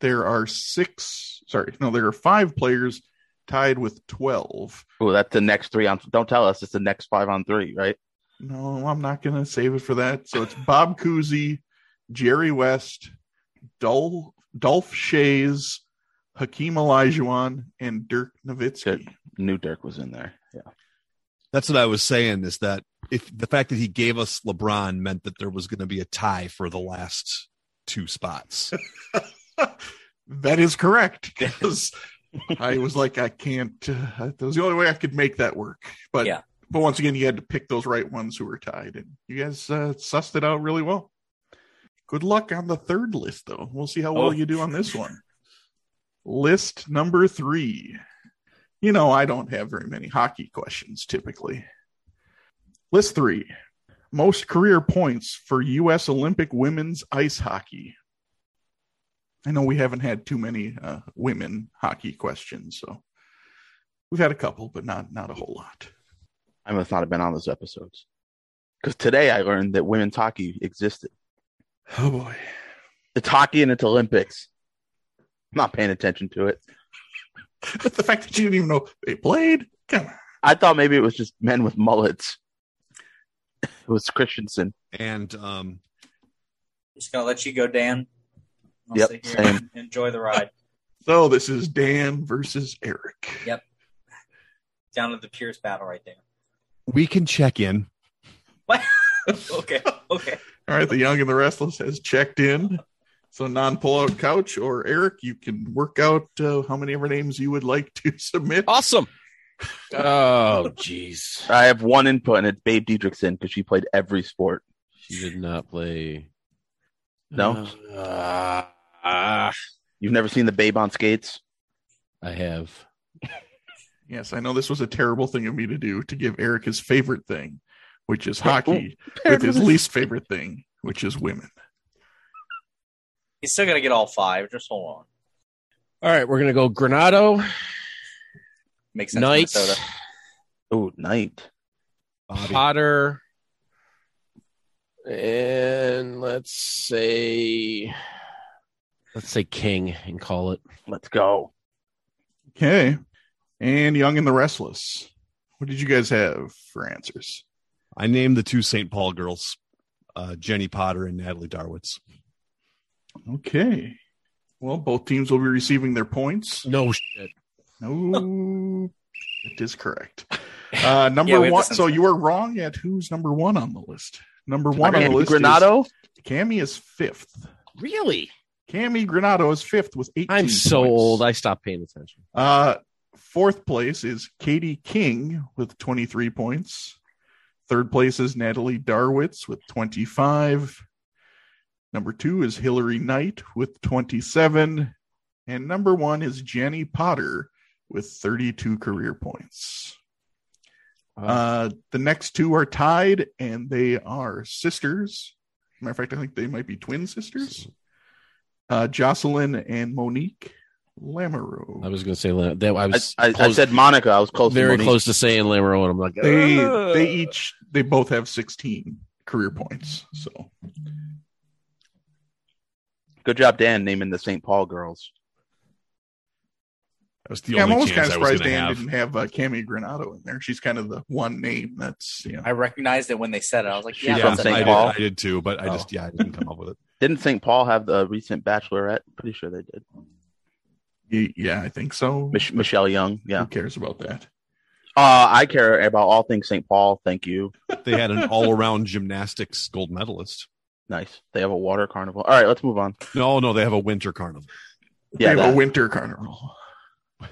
[SPEAKER 2] There are six, sorry, no, there are five players tied with 12.
[SPEAKER 4] Oh, that's the next three on. Don't tell us it's the next five on three, right?
[SPEAKER 2] No, I'm not going to save it for that. So it's Bob Cousy, Jerry West, Dol- Dolph Shays, Hakeem Olajuwon, and Dirk Nowitzki.
[SPEAKER 4] New Dirk was in there. Yeah.
[SPEAKER 7] That's what I was saying is that if the fact that he gave us LeBron meant that there was going to be a tie for the last two spots.
[SPEAKER 2] that is correct. 'cause I was like, I can't. Uh, that was the only way I could make that work. But
[SPEAKER 5] Yeah.
[SPEAKER 2] but once again, you had to pick those right ones who were tied, and you guys uh, sussed it out really well. Good luck on the third list, though. We'll see how well
[SPEAKER 5] Oh.
[SPEAKER 2] you do on this one. list number three. You know, I don't have very many hockey questions typically. List three most career points for U.S. Olympic women's ice hockey. I know we haven't had too many uh, women hockey questions, so we've had a couple, but not not a whole lot.
[SPEAKER 4] I must not have been on those episodes because today I learned that women's hockey existed.
[SPEAKER 2] Oh boy!
[SPEAKER 4] It's hockey and it's Olympics. I'm not paying attention to it.
[SPEAKER 2] But the fact that you didn't even know they played, come on.
[SPEAKER 4] I thought maybe it was just men with mullets. It was Christensen.
[SPEAKER 7] And um,
[SPEAKER 5] Just gonna let you go, Dan. I'll
[SPEAKER 4] Yep,
[SPEAKER 5] sit here and enjoy the ride
[SPEAKER 2] So this is Dan versus Eric.
[SPEAKER 5] Yep. down to the purest battle right there.
[SPEAKER 7] we can check in.
[SPEAKER 5] Okay. Okay.
[SPEAKER 2] All right, the Young and the Restless has checked in. So non pullout couch or Eric, you can work out uh, how many ever names you would like to submit.
[SPEAKER 3] Awesome. oh, jeez.
[SPEAKER 4] I have one input, and it's Babe Dietrichson because she played every sport.
[SPEAKER 3] She did not play.
[SPEAKER 4] No?
[SPEAKER 3] Uh, ah,
[SPEAKER 4] You've never seen the Babe on skates?
[SPEAKER 3] I have.
[SPEAKER 2] Yes, I know this was a terrible thing of me to do to give Eric his favorite thing, which is hockey, with his least favorite thing, which is women.
[SPEAKER 5] He's still gonna get all five. Just hold on.
[SPEAKER 3] All right, we're gonna go Granado,
[SPEAKER 5] Makes sense.
[SPEAKER 3] Knight,
[SPEAKER 5] Minnesota.
[SPEAKER 4] Oh, Knight.
[SPEAKER 7] Bobby.
[SPEAKER 3] Potter, and let's say let's say King and call it.
[SPEAKER 4] Let's go.
[SPEAKER 2] Okay. And Young and the Restless. What did you guys have for answers?
[SPEAKER 7] I named the two St. Paul girls, uh, Jenny Potter and Natalie Darwitz.
[SPEAKER 2] Okay. Well, both teams will be receiving their points.
[SPEAKER 3] No shit.
[SPEAKER 2] No, it is correct. Uh, number
[SPEAKER 5] Yeah, we have
[SPEAKER 2] one. So
[SPEAKER 5] to censor.
[SPEAKER 2] you were wrong at who's number one on the list. Number one on the list. is-
[SPEAKER 4] Granado?
[SPEAKER 2] Cammy is fifth.
[SPEAKER 3] Really?
[SPEAKER 2] Cammy Granado is fifth with 18
[SPEAKER 3] I'm so
[SPEAKER 2] points.
[SPEAKER 3] old. I stopped paying attention.
[SPEAKER 2] Uh, fourth place is Katie King with 23 points. Third place is Natalie Darwitz with 25. Number two is Hillary Knight with 27. And number one is Jenny Potter with 32 career points. Uh, the next two are tied and they are sisters. Matter of fact, I think they might be twin sisters. Uh, Jocelyn and Monique Lamoureux.
[SPEAKER 3] I was gonna say La- that. I
[SPEAKER 4] I,
[SPEAKER 3] was
[SPEAKER 4] I, I
[SPEAKER 3] close-
[SPEAKER 4] said Monica. I was close. to
[SPEAKER 3] very
[SPEAKER 4] Monique.
[SPEAKER 3] close to saying Lamoureux, and I'm like,
[SPEAKER 2] they
[SPEAKER 3] "Ugh."
[SPEAKER 2] they each they both have 16 career points so
[SPEAKER 4] Good job, Dan, naming the St. Paul girls.
[SPEAKER 7] That was the
[SPEAKER 2] yeah, I'm
[SPEAKER 7] only
[SPEAKER 2] almost
[SPEAKER 7] chance
[SPEAKER 2] kind of
[SPEAKER 7] I was
[SPEAKER 2] surprised
[SPEAKER 7] going to
[SPEAKER 2] Dan
[SPEAKER 7] have.
[SPEAKER 2] didn't have uh, Cami Granado in there. She's kind of the one name that's you know.
[SPEAKER 5] I recognized it when they said it. I was like, yeah,
[SPEAKER 4] She's from
[SPEAKER 5] that's
[SPEAKER 4] St.
[SPEAKER 7] I,
[SPEAKER 5] it.
[SPEAKER 7] did,
[SPEAKER 4] Paul.
[SPEAKER 7] I did too, but
[SPEAKER 2] Oh.
[SPEAKER 7] I just yeah, I didn't come up with it.
[SPEAKER 4] Didn't St. Paul have the recent Bachelorette? Pretty sure they did.
[SPEAKER 2] y- Yeah, I think so.
[SPEAKER 4] Mich- Michelle Young. Yeah.
[SPEAKER 3] Mm-hmm.
[SPEAKER 2] Who cares about that?
[SPEAKER 4] Uh, I care about all things St. Paul. Thank you.
[SPEAKER 7] They had an all-around gymnastics gold medalist.
[SPEAKER 4] Nice. They have a water carnival. All right, let's move on.
[SPEAKER 7] No, no, they have a winter carnival.
[SPEAKER 4] Yeah,
[SPEAKER 2] they have a
[SPEAKER 4] that-
[SPEAKER 2] winter carnival.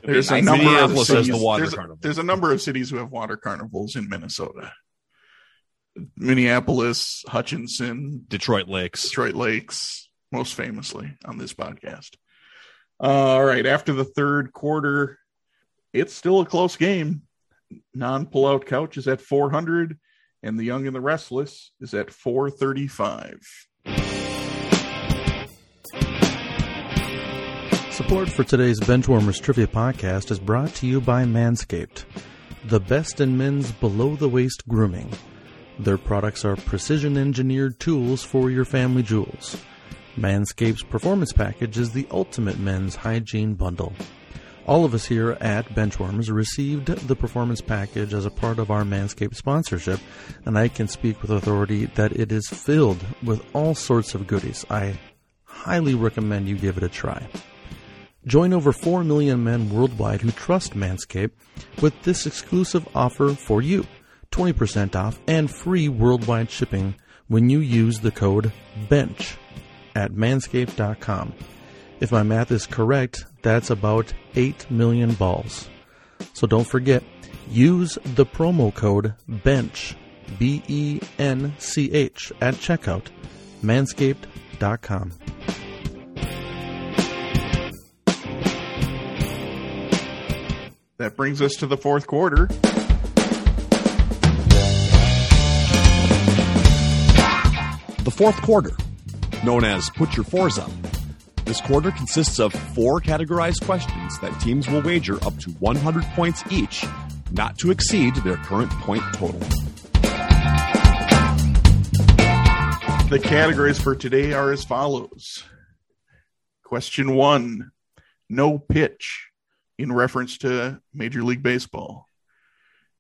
[SPEAKER 2] There's a
[SPEAKER 5] nice.
[SPEAKER 2] number
[SPEAKER 7] Minneapolis
[SPEAKER 2] of
[SPEAKER 7] has
[SPEAKER 2] cities.
[SPEAKER 7] the water
[SPEAKER 2] there's, a-
[SPEAKER 7] carnival.
[SPEAKER 2] there's a number of cities who have water carnivals in Minnesota. Minneapolis, Hutchinson,
[SPEAKER 7] Detroit Lakes.
[SPEAKER 2] Detroit Lakes, most famously on this podcast. All right, after the third quarter, it's still a close game. Non pullout couch is at 400, and the young and the restless is at 435.
[SPEAKER 1] Support for today's Benchwarmers Trivia Podcast is brought to you by Manscaped, the best in men's below the waist grooming. Their products are precision engineered tools for your family jewels. Manscaped's performance package is the ultimate men's hygiene bundle. All of us here at Benchwarmers received the performance package as a part of our Manscaped sponsorship, and I can speak with authority that it is filled with all sorts of goodies. I highly recommend you give it a try. Join over 4 million men worldwide who trust Manscaped with this exclusive offer for you 20% off and free worldwide shipping when you use the code BENCH at manscaped.com. If my math is correct, that's about 8 million balls. So don't forget, use the promo code BENCH, B E N C H, at checkout, manscaped.com.
[SPEAKER 2] That brings us to the fourth quarter.
[SPEAKER 6] The fourth quarter, known as Put Your Fours Up. This quarter consists of four categorized questions that teams will wager up to 100 points each, not to exceed their current point total.
[SPEAKER 2] The categories for today are as follows Question one No pitch in reference to Major League Baseball.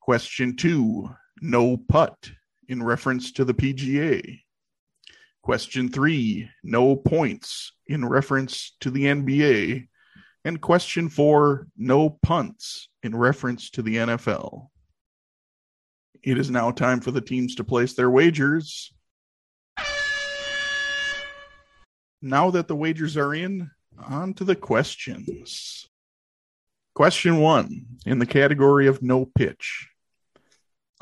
[SPEAKER 2] Question two No putt in reference to the PGA. Question three No points in reference to the NBA. And question four No punts in reference to the NFL. It is now time for the teams to place their wagers. now that the wagers are in, on to the questions. Question one in the category of no pitch.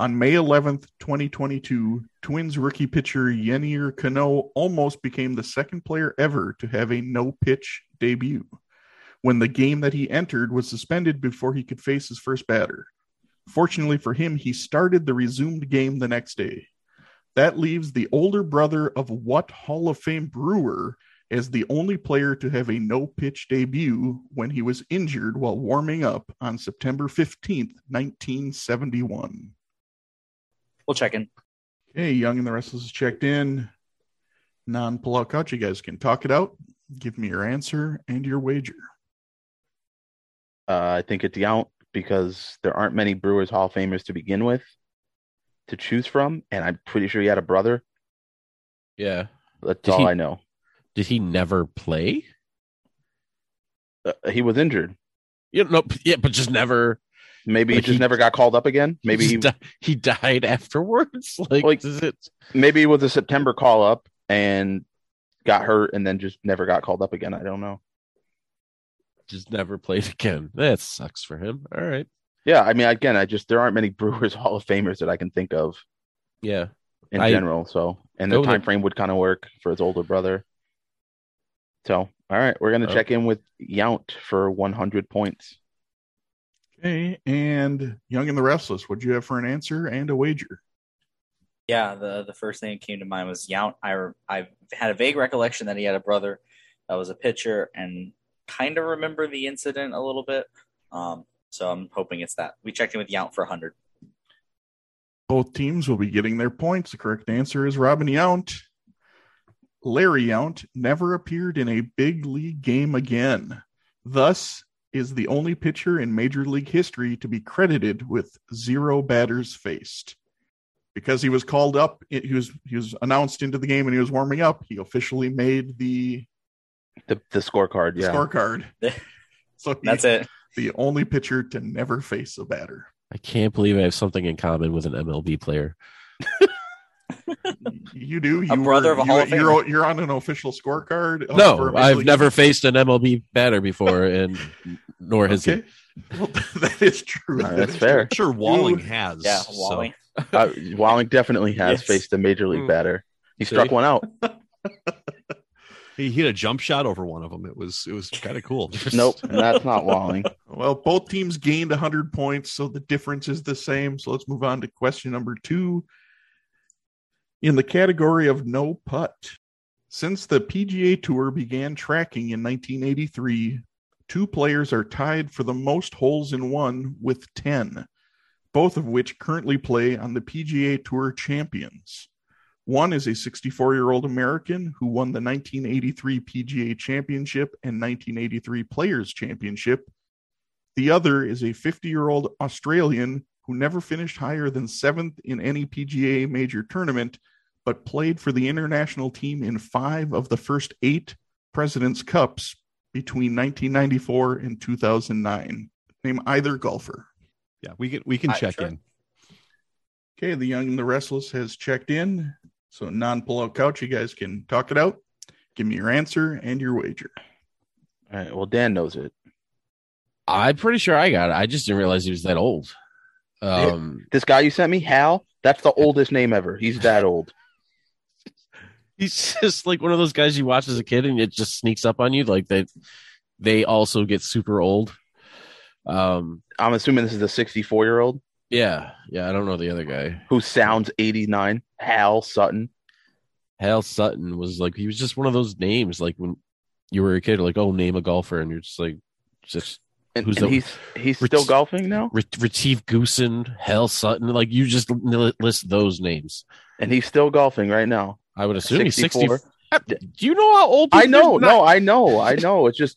[SPEAKER 2] On May 11th, 2022, Twins rookie pitcher Yenier Cano almost became the second player ever to have a no pitch debut when the game that he entered was suspended before he could face his first batter. Fortunately for him, he started the resumed game the next day. That leaves the older brother of what Hall of Fame Brewer as the only player to have a no pitch debut when he was injured while warming up on September 15th, 1971.
[SPEAKER 5] We'll check in.
[SPEAKER 2] Okay, Young and the Restless is checked in. Non pullout couch, you guys can talk it out. Give me your answer and your wager.
[SPEAKER 4] Uh, I think it's out because there aren't many Brewers Hall of Famers to begin with to choose from, and I'm pretty sure he had a brother.
[SPEAKER 3] Yeah.
[SPEAKER 4] That's
[SPEAKER 3] Did
[SPEAKER 4] all
[SPEAKER 3] he-
[SPEAKER 4] I know.
[SPEAKER 3] Did he never play?
[SPEAKER 4] Uh, he was injured.
[SPEAKER 3] Yeah, no, yeah, but just never.
[SPEAKER 4] Maybe he
[SPEAKER 3] Like
[SPEAKER 4] just
[SPEAKER 3] he-
[SPEAKER 4] never got called up again. Maybe
[SPEAKER 3] he
[SPEAKER 4] he,
[SPEAKER 3] di- he died afterwards. Like,
[SPEAKER 4] Like-
[SPEAKER 3] is it?
[SPEAKER 4] maybe he was a September call up and got hurt, and then just never got called up again. I don't know.
[SPEAKER 3] Just never played again. That sucks for him. All right.
[SPEAKER 4] Yeah, I mean, again, I just there aren't many Brewers Hall of Famers that I can think of
[SPEAKER 3] Yeah.
[SPEAKER 4] in
[SPEAKER 3] I-
[SPEAKER 4] general. So, and the
[SPEAKER 3] Go with
[SPEAKER 4] time
[SPEAKER 3] it.
[SPEAKER 4] frame would kind of work for his older brother. So, all right, we're gonna
[SPEAKER 3] Uh,
[SPEAKER 4] check in with Yount for 100 points.
[SPEAKER 2] Okay, and Young and the Restless, what'd you have for an answer and a wager?
[SPEAKER 5] Yeah, the the first thing that came to mind was Yount. I re- I had a vague recollection that he had a brother that was a pitcher, and kind of remember the incident a little bit. Um, so I'm hoping it's that. We checked in with Yount for 100.
[SPEAKER 2] Both teams will be getting their points. The correct answer is Robin Yount. Larry Yount never appeared in a big league game again. Thus, is the only pitcher in Major League history to be credited with zero batters faced. Because he was called up, it- he was he was announced into the game and he was warming up. He officially made the
[SPEAKER 4] The, the scorecard, yeah.
[SPEAKER 2] scorecard. so he,
[SPEAKER 5] That's it.
[SPEAKER 2] the only pitcher to never face a batter.
[SPEAKER 3] I can't believe I have something in common with an MLB player.
[SPEAKER 2] You do. You
[SPEAKER 5] A brother
[SPEAKER 2] were-
[SPEAKER 5] of a
[SPEAKER 2] you,
[SPEAKER 5] Hall of Famer.
[SPEAKER 2] You're, you're on an official scorecard. uh, for a
[SPEAKER 3] No,
[SPEAKER 2] Major
[SPEAKER 3] I've
[SPEAKER 2] League-
[SPEAKER 3] never faced an MLB batter before, and nor has
[SPEAKER 2] Okay. Well, that is true.
[SPEAKER 4] All right,
[SPEAKER 2] That
[SPEAKER 4] that's
[SPEAKER 2] is
[SPEAKER 4] fair.
[SPEAKER 7] Sure, Walling
[SPEAKER 2] Dude.
[SPEAKER 7] has.
[SPEAKER 5] Yeah,
[SPEAKER 7] so-
[SPEAKER 5] Wally.
[SPEAKER 4] Uh, Walling definitely has
[SPEAKER 5] Yes.
[SPEAKER 4] faced a major league
[SPEAKER 7] Mm.
[SPEAKER 4] batter. He
[SPEAKER 7] See?
[SPEAKER 4] struck one out.
[SPEAKER 7] He hit a jump shot over one of them. It was it was kind of cool.
[SPEAKER 4] Nope, that's not Walling.
[SPEAKER 2] Well, both teams gained 100 points, so the difference is the same. So let's move on to question number two. In the category of no putt, since the PGA Tour began tracking in 1983, two players are tied for the most holes in one with 10, both of which currently play on the PGA Tour champions. One is a 64 year old American who won the 1983 PGA Championship and 1983 Players Championship. The other is a 50 year old Australian who never finished higher than seventh in any PGA major tournament, but played for the international team in five of the first eight President's Cups between 1994 and 2009. Name either golfer.
[SPEAKER 7] Yeah, we can we can
[SPEAKER 5] I-
[SPEAKER 7] check
[SPEAKER 5] sure.
[SPEAKER 7] in.
[SPEAKER 2] Okay, the young and the restless has checked in. So non pullout couch, you guys can talk it out. Give me your answer and your wager.
[SPEAKER 4] All right, well, Dan knows it.
[SPEAKER 3] I'm pretty sure I got it. I just didn't realize he was that old. Um,
[SPEAKER 4] This guy you sent me, Hal, that's the oldest name ever. He's that old.
[SPEAKER 3] he's just like one of those guys you watch as a kid, and it just sneaks up on you. Like they, they also get super old. Um,
[SPEAKER 4] I'm assuming this is a 64 year old
[SPEAKER 3] yeah, yeah. I don't know the other guy.
[SPEAKER 4] who sounds 89. Hal Sutton.
[SPEAKER 3] Hal Sutton was like he was just one of those names. Like when you were a kid, like oh, name a golfer, and you're just like just
[SPEAKER 4] And,
[SPEAKER 3] Who's
[SPEAKER 4] and
[SPEAKER 3] the-
[SPEAKER 4] he's he's
[SPEAKER 3] Rich-
[SPEAKER 4] still golfing now?
[SPEAKER 3] Ra- Retief Goosen, Hal Sutton. Like you just li- list those names.
[SPEAKER 4] And he's still golfing right now.
[SPEAKER 3] I would assume he's
[SPEAKER 4] 64.
[SPEAKER 3] 64. Do you know how old?
[SPEAKER 4] I
[SPEAKER 3] people-
[SPEAKER 4] know.
[SPEAKER 3] Not-
[SPEAKER 4] No, I know. I know. It's just,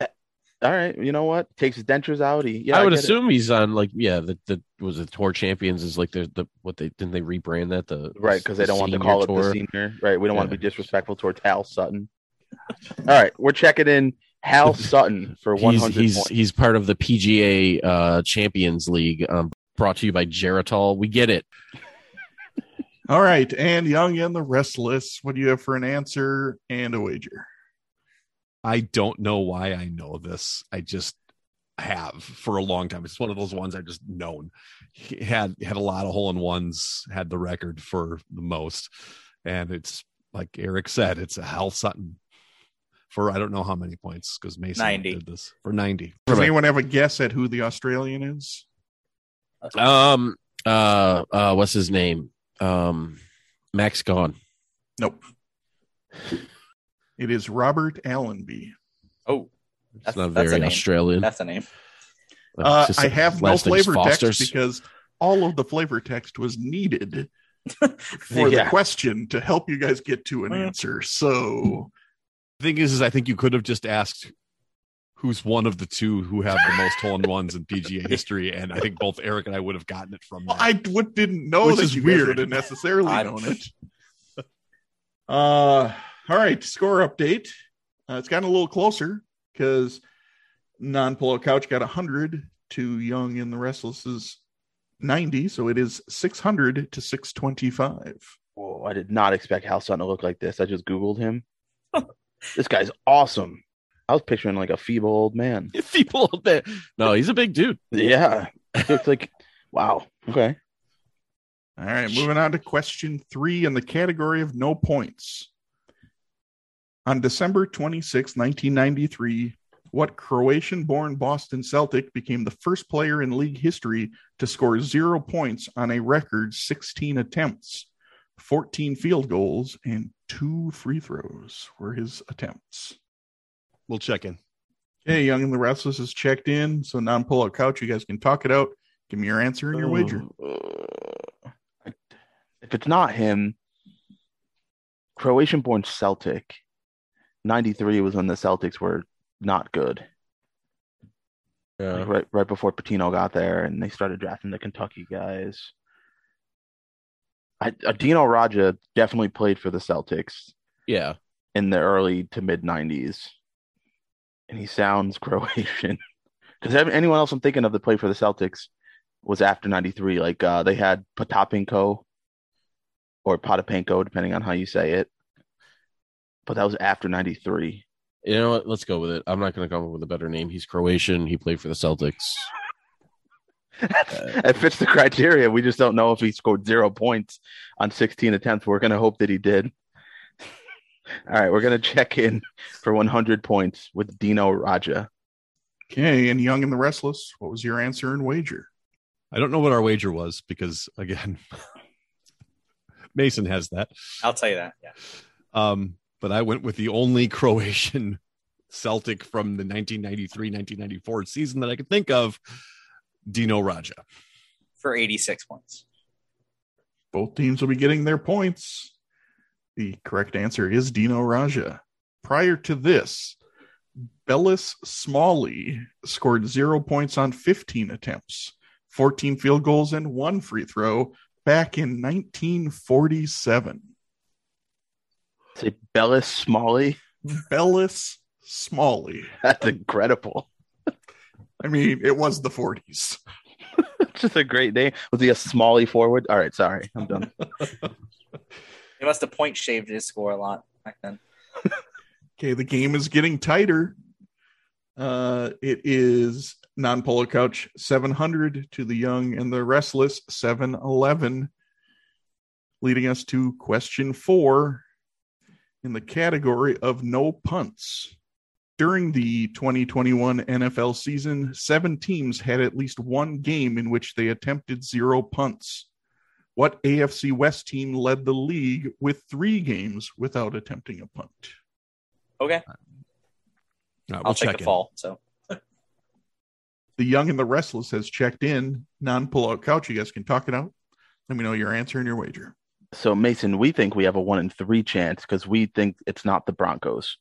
[SPEAKER 4] eh, all right, you know what? Takes his dentures out. He, yeah,
[SPEAKER 3] I would
[SPEAKER 4] get it.
[SPEAKER 3] assume he's on like yeah the the was the tour champions is like the the what they didn't they rebrand that the
[SPEAKER 4] Right, because they
[SPEAKER 3] the
[SPEAKER 4] don't want to
[SPEAKER 3] senior
[SPEAKER 4] call it
[SPEAKER 3] tour?
[SPEAKER 4] the senior. Right, we don't want to
[SPEAKER 3] Yeah.
[SPEAKER 4] be disrespectful towards Hal Sutton. All right, we're checking in Hal Sutton for one
[SPEAKER 3] He's
[SPEAKER 4] hundred
[SPEAKER 3] he's
[SPEAKER 4] points.
[SPEAKER 3] he's part of the PGA uh, Champions League. Um, brought to you by Geritol. We get it.
[SPEAKER 2] All right, and Young and the Restless, what do you have for an answer and a wager?
[SPEAKER 7] I don't know why I know this. I just have for a long time. It's one of those ones I just known. He had had a lot of hole in ones, had the record for the most. And it's like Eric said, it's a Hal Sutton for I don't know how many points because Mason
[SPEAKER 5] 90.
[SPEAKER 7] did this for 90.
[SPEAKER 2] Does
[SPEAKER 3] Right.
[SPEAKER 2] anyone have a guess at who the Australian is?
[SPEAKER 3] Um. Uh. Uh. What's his name? Um. Max Gone.
[SPEAKER 2] Nope. It is Robert Allenby.
[SPEAKER 5] Oh,
[SPEAKER 3] It's
[SPEAKER 5] That's-
[SPEAKER 3] not
[SPEAKER 5] that's a
[SPEAKER 3] very
[SPEAKER 5] name.
[SPEAKER 3] Australian.
[SPEAKER 5] that's the name.
[SPEAKER 3] Like,
[SPEAKER 2] Uh,
[SPEAKER 3] just
[SPEAKER 2] I have no
[SPEAKER 3] last name is
[SPEAKER 2] flavor text
[SPEAKER 3] Foster's.
[SPEAKER 2] because all of the flavor text was needed for the
[SPEAKER 4] Yeah.
[SPEAKER 2] question to help you guys get to an
[SPEAKER 5] Mm.
[SPEAKER 2] answer. So
[SPEAKER 7] The thing is, is I think you could have just asked who's one of the two who have the most hole in ones in PGA history. And I think both Eric and I would have gotten it from
[SPEAKER 2] Well,
[SPEAKER 7] that.
[SPEAKER 2] I would, didn't know
[SPEAKER 7] Which
[SPEAKER 2] that
[SPEAKER 7] is
[SPEAKER 2] you
[SPEAKER 7] weird.
[SPEAKER 2] guys would have necessarily
[SPEAKER 5] I-
[SPEAKER 2] known it. Uh, all right, score update. Uh, it's gotten a little closer because non polo couch got 100 to Young and the Restless's 90, so it is 600 to 625.
[SPEAKER 4] Whoa, I did not expect Hal Sutton to look like this. I just googled him. this guy's awesome. I was picturing like a feeble old man.
[SPEAKER 3] People out there. No, he's a big dude.
[SPEAKER 4] Yeah, it's like wow. Okay,
[SPEAKER 2] All right, moving on to question three in the category of no points. On December 26, 1993, what Croatian born Boston Celtic became the first player in league history to score zero points on a record 16 attempts? 14 field goals and two free throws were his attempts.
[SPEAKER 7] we'll check in.
[SPEAKER 2] Okay, Young and the Restless is checked in. So, non pullout couch, you guys can talk it out. Give me your answer
[SPEAKER 4] Oh.
[SPEAKER 2] and your wager.
[SPEAKER 4] Uh, if it's not him, Croatian-born Celtic, ninety-three was when the Celtics were not good.
[SPEAKER 3] Yeah.
[SPEAKER 4] right right before Patino got there, and they started drafting the Kentucky guys. I, Adino Raja definitely played for the Celtics
[SPEAKER 3] Yeah.
[SPEAKER 4] in the early to mid '90s, and he sounds Croatian. Because anyone else I'm thinking of that played for the Celtics was after '93. Like uh, they had Potapenko or Potapenko, depending on how you say it. But that was after '93.
[SPEAKER 3] You know what? Let's go with it. I'm not going to come up with a better name. He's Croatian. He played for the Celtics.
[SPEAKER 4] that fits the criteria. We just don't know if he scored zero points on 16 attempts. We're going to hope that he did. All right, we're going to check in for 100 points with Dino Raja.
[SPEAKER 2] Okay, and Young and the Restless, what was your answer and wager?
[SPEAKER 7] I don't know what our wager was because again, Mason has that.
[SPEAKER 5] I'll tell you that. Yeah.
[SPEAKER 7] Um, but I went with the only Croatian Celtic from the 1993-1994 season that I could think of, Dino Raja.
[SPEAKER 5] For 86 points.
[SPEAKER 2] Both teams will be getting their points. The correct answer is Dino Raja. Prior to this, Bellis Smalley scored zero points on 15 attempts, 14 field goals, and one free throw back in 1947.
[SPEAKER 4] Say Bellis Smalley.
[SPEAKER 2] Bellis Smalley.
[SPEAKER 4] That's incredible.
[SPEAKER 2] I mean, it was the 40s.
[SPEAKER 4] It's just a great name. Was he a Smalley forward? All right, sorry. I'm done.
[SPEAKER 5] He must have point shaved his score a lot back then.
[SPEAKER 2] Okay, the game is getting tighter. Uh, it is non polo couch 700 to the young and the restless 711, leading us to question four in the category of no punts. During the 2021 NFL season, seven teams had at least one game in which they attempted zero punts. What AFC West team led the league with three games without attempting a punt?
[SPEAKER 5] Okay.
[SPEAKER 7] All right,
[SPEAKER 5] I'll take the
[SPEAKER 7] in.
[SPEAKER 5] fall. So
[SPEAKER 2] The Young and the Restless has checked in. Non pullout couch. You guys can talk it out. Let me know your answer and your wager.
[SPEAKER 4] So, Mason, we think we have a one in three chance because we think it's not the Broncos.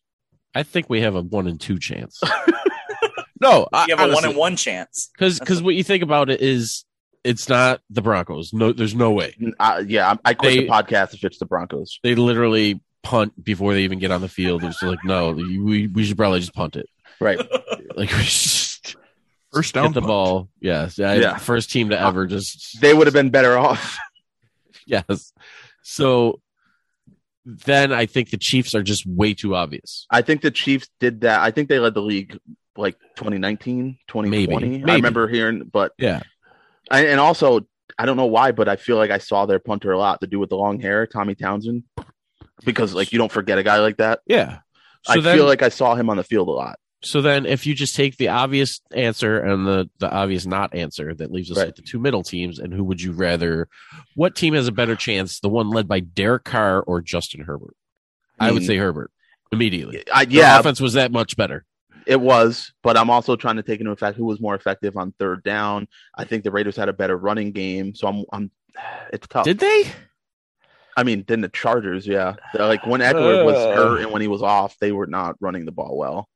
[SPEAKER 3] I think we have a one in two chance. no, I,
[SPEAKER 5] you have a one in one chance.
[SPEAKER 3] Because what you think about it is it's not the Broncos. No, there's no way.
[SPEAKER 4] N- I, yeah, I, I quit
[SPEAKER 3] They-
[SPEAKER 4] the podcast if it's the Broncos.
[SPEAKER 3] They literally punt before they even get on the field. It's like, no, we, we should probably just punt it.
[SPEAKER 4] Right.
[SPEAKER 3] Like, we just
[SPEAKER 2] First down.
[SPEAKER 3] get the
[SPEAKER 2] punt.
[SPEAKER 3] ball. Yes. I-
[SPEAKER 4] Yeah.
[SPEAKER 3] First team to ever just.
[SPEAKER 4] They would have been better off.
[SPEAKER 3] Yes. So then I think the Chiefs are just way too obvious.
[SPEAKER 4] I think the Chiefs did that. I think they led the league like 2019, 2020.
[SPEAKER 3] Maybe,
[SPEAKER 4] I
[SPEAKER 3] maybe.
[SPEAKER 4] remember hearing, but
[SPEAKER 3] Yeah.
[SPEAKER 4] I, and also I don't know why, but I feel like I saw their punter a lot. The dude with the long hair, Tommy Townsend, because like you don't forget a guy like that.
[SPEAKER 3] Yeah. So
[SPEAKER 4] I
[SPEAKER 3] then,
[SPEAKER 4] feel like I saw him on the field a lot.
[SPEAKER 3] so then if you just take the obvious answer and the, the obvious not answer, that leaves us
[SPEAKER 4] Right.
[SPEAKER 3] with the two middle teams. And who would you rather? What team has a better chance? The one led by Derek Carr or Justin Herbert? I would
[SPEAKER 4] mean,
[SPEAKER 3] say Herbert immediately.
[SPEAKER 4] I,
[SPEAKER 3] Their
[SPEAKER 4] yeah,
[SPEAKER 3] offense was that much better.
[SPEAKER 4] it was, but I'm also trying to take into effect who was more effective on third down. I think the Raiders had a better running game, so I'm, I'm it's tough.
[SPEAKER 3] Did they?
[SPEAKER 4] I mean, then the Chargers, yeah. They're Like when Eckler was
[SPEAKER 3] Ugh.
[SPEAKER 4] hurt and when he was off, they were not running the ball well.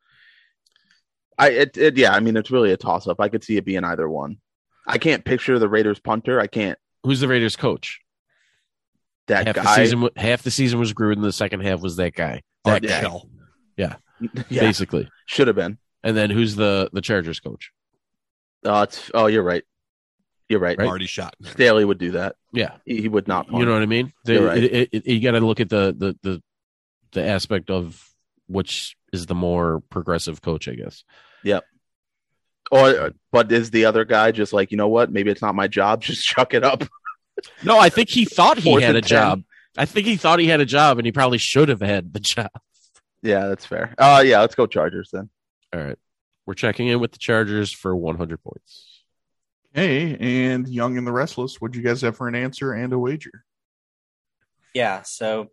[SPEAKER 4] I it, it yeah, I mean it's really a toss up. I could see it being either one. I can't picture the Raiders punter. I can't
[SPEAKER 3] Who's the Raiders coach?
[SPEAKER 4] that
[SPEAKER 3] Half the
[SPEAKER 4] guy.
[SPEAKER 3] season, wa- half the season was Gruden. The second half was that guy,
[SPEAKER 7] Art
[SPEAKER 3] that
[SPEAKER 4] Yeah.
[SPEAKER 3] guy,
[SPEAKER 7] Shell.
[SPEAKER 4] yeah,
[SPEAKER 3] basically.
[SPEAKER 4] should have been.
[SPEAKER 3] And then who's the the Chargers coach?
[SPEAKER 4] Uh, it's, oh, you're right. You're right.
[SPEAKER 7] Marty shot.
[SPEAKER 4] Staley would do that.
[SPEAKER 3] Yeah,
[SPEAKER 4] He, he would not punt.
[SPEAKER 3] you know what I mean. They-
[SPEAKER 4] You're right.
[SPEAKER 3] it- it- it- you got to look at the, the the the aspect of which is the more progressive coach, I guess.
[SPEAKER 4] or but is the other guy just like you know what? Maybe it's not my job. Just chuck it up.
[SPEAKER 3] No, I think he thought he
[SPEAKER 4] Fourth
[SPEAKER 3] had
[SPEAKER 4] and
[SPEAKER 3] a
[SPEAKER 4] 10.
[SPEAKER 3] job. I think he thought he had a job, and he probably should have had the job.
[SPEAKER 4] Yeah, that's fair. Uh, yeah, let's go Chargers then.
[SPEAKER 3] All right, we're checking in with the Chargers for 100 points.
[SPEAKER 2] Okay, and Young and the Restless. What'd you guys have for an answer and a wager?
[SPEAKER 5] Yeah. So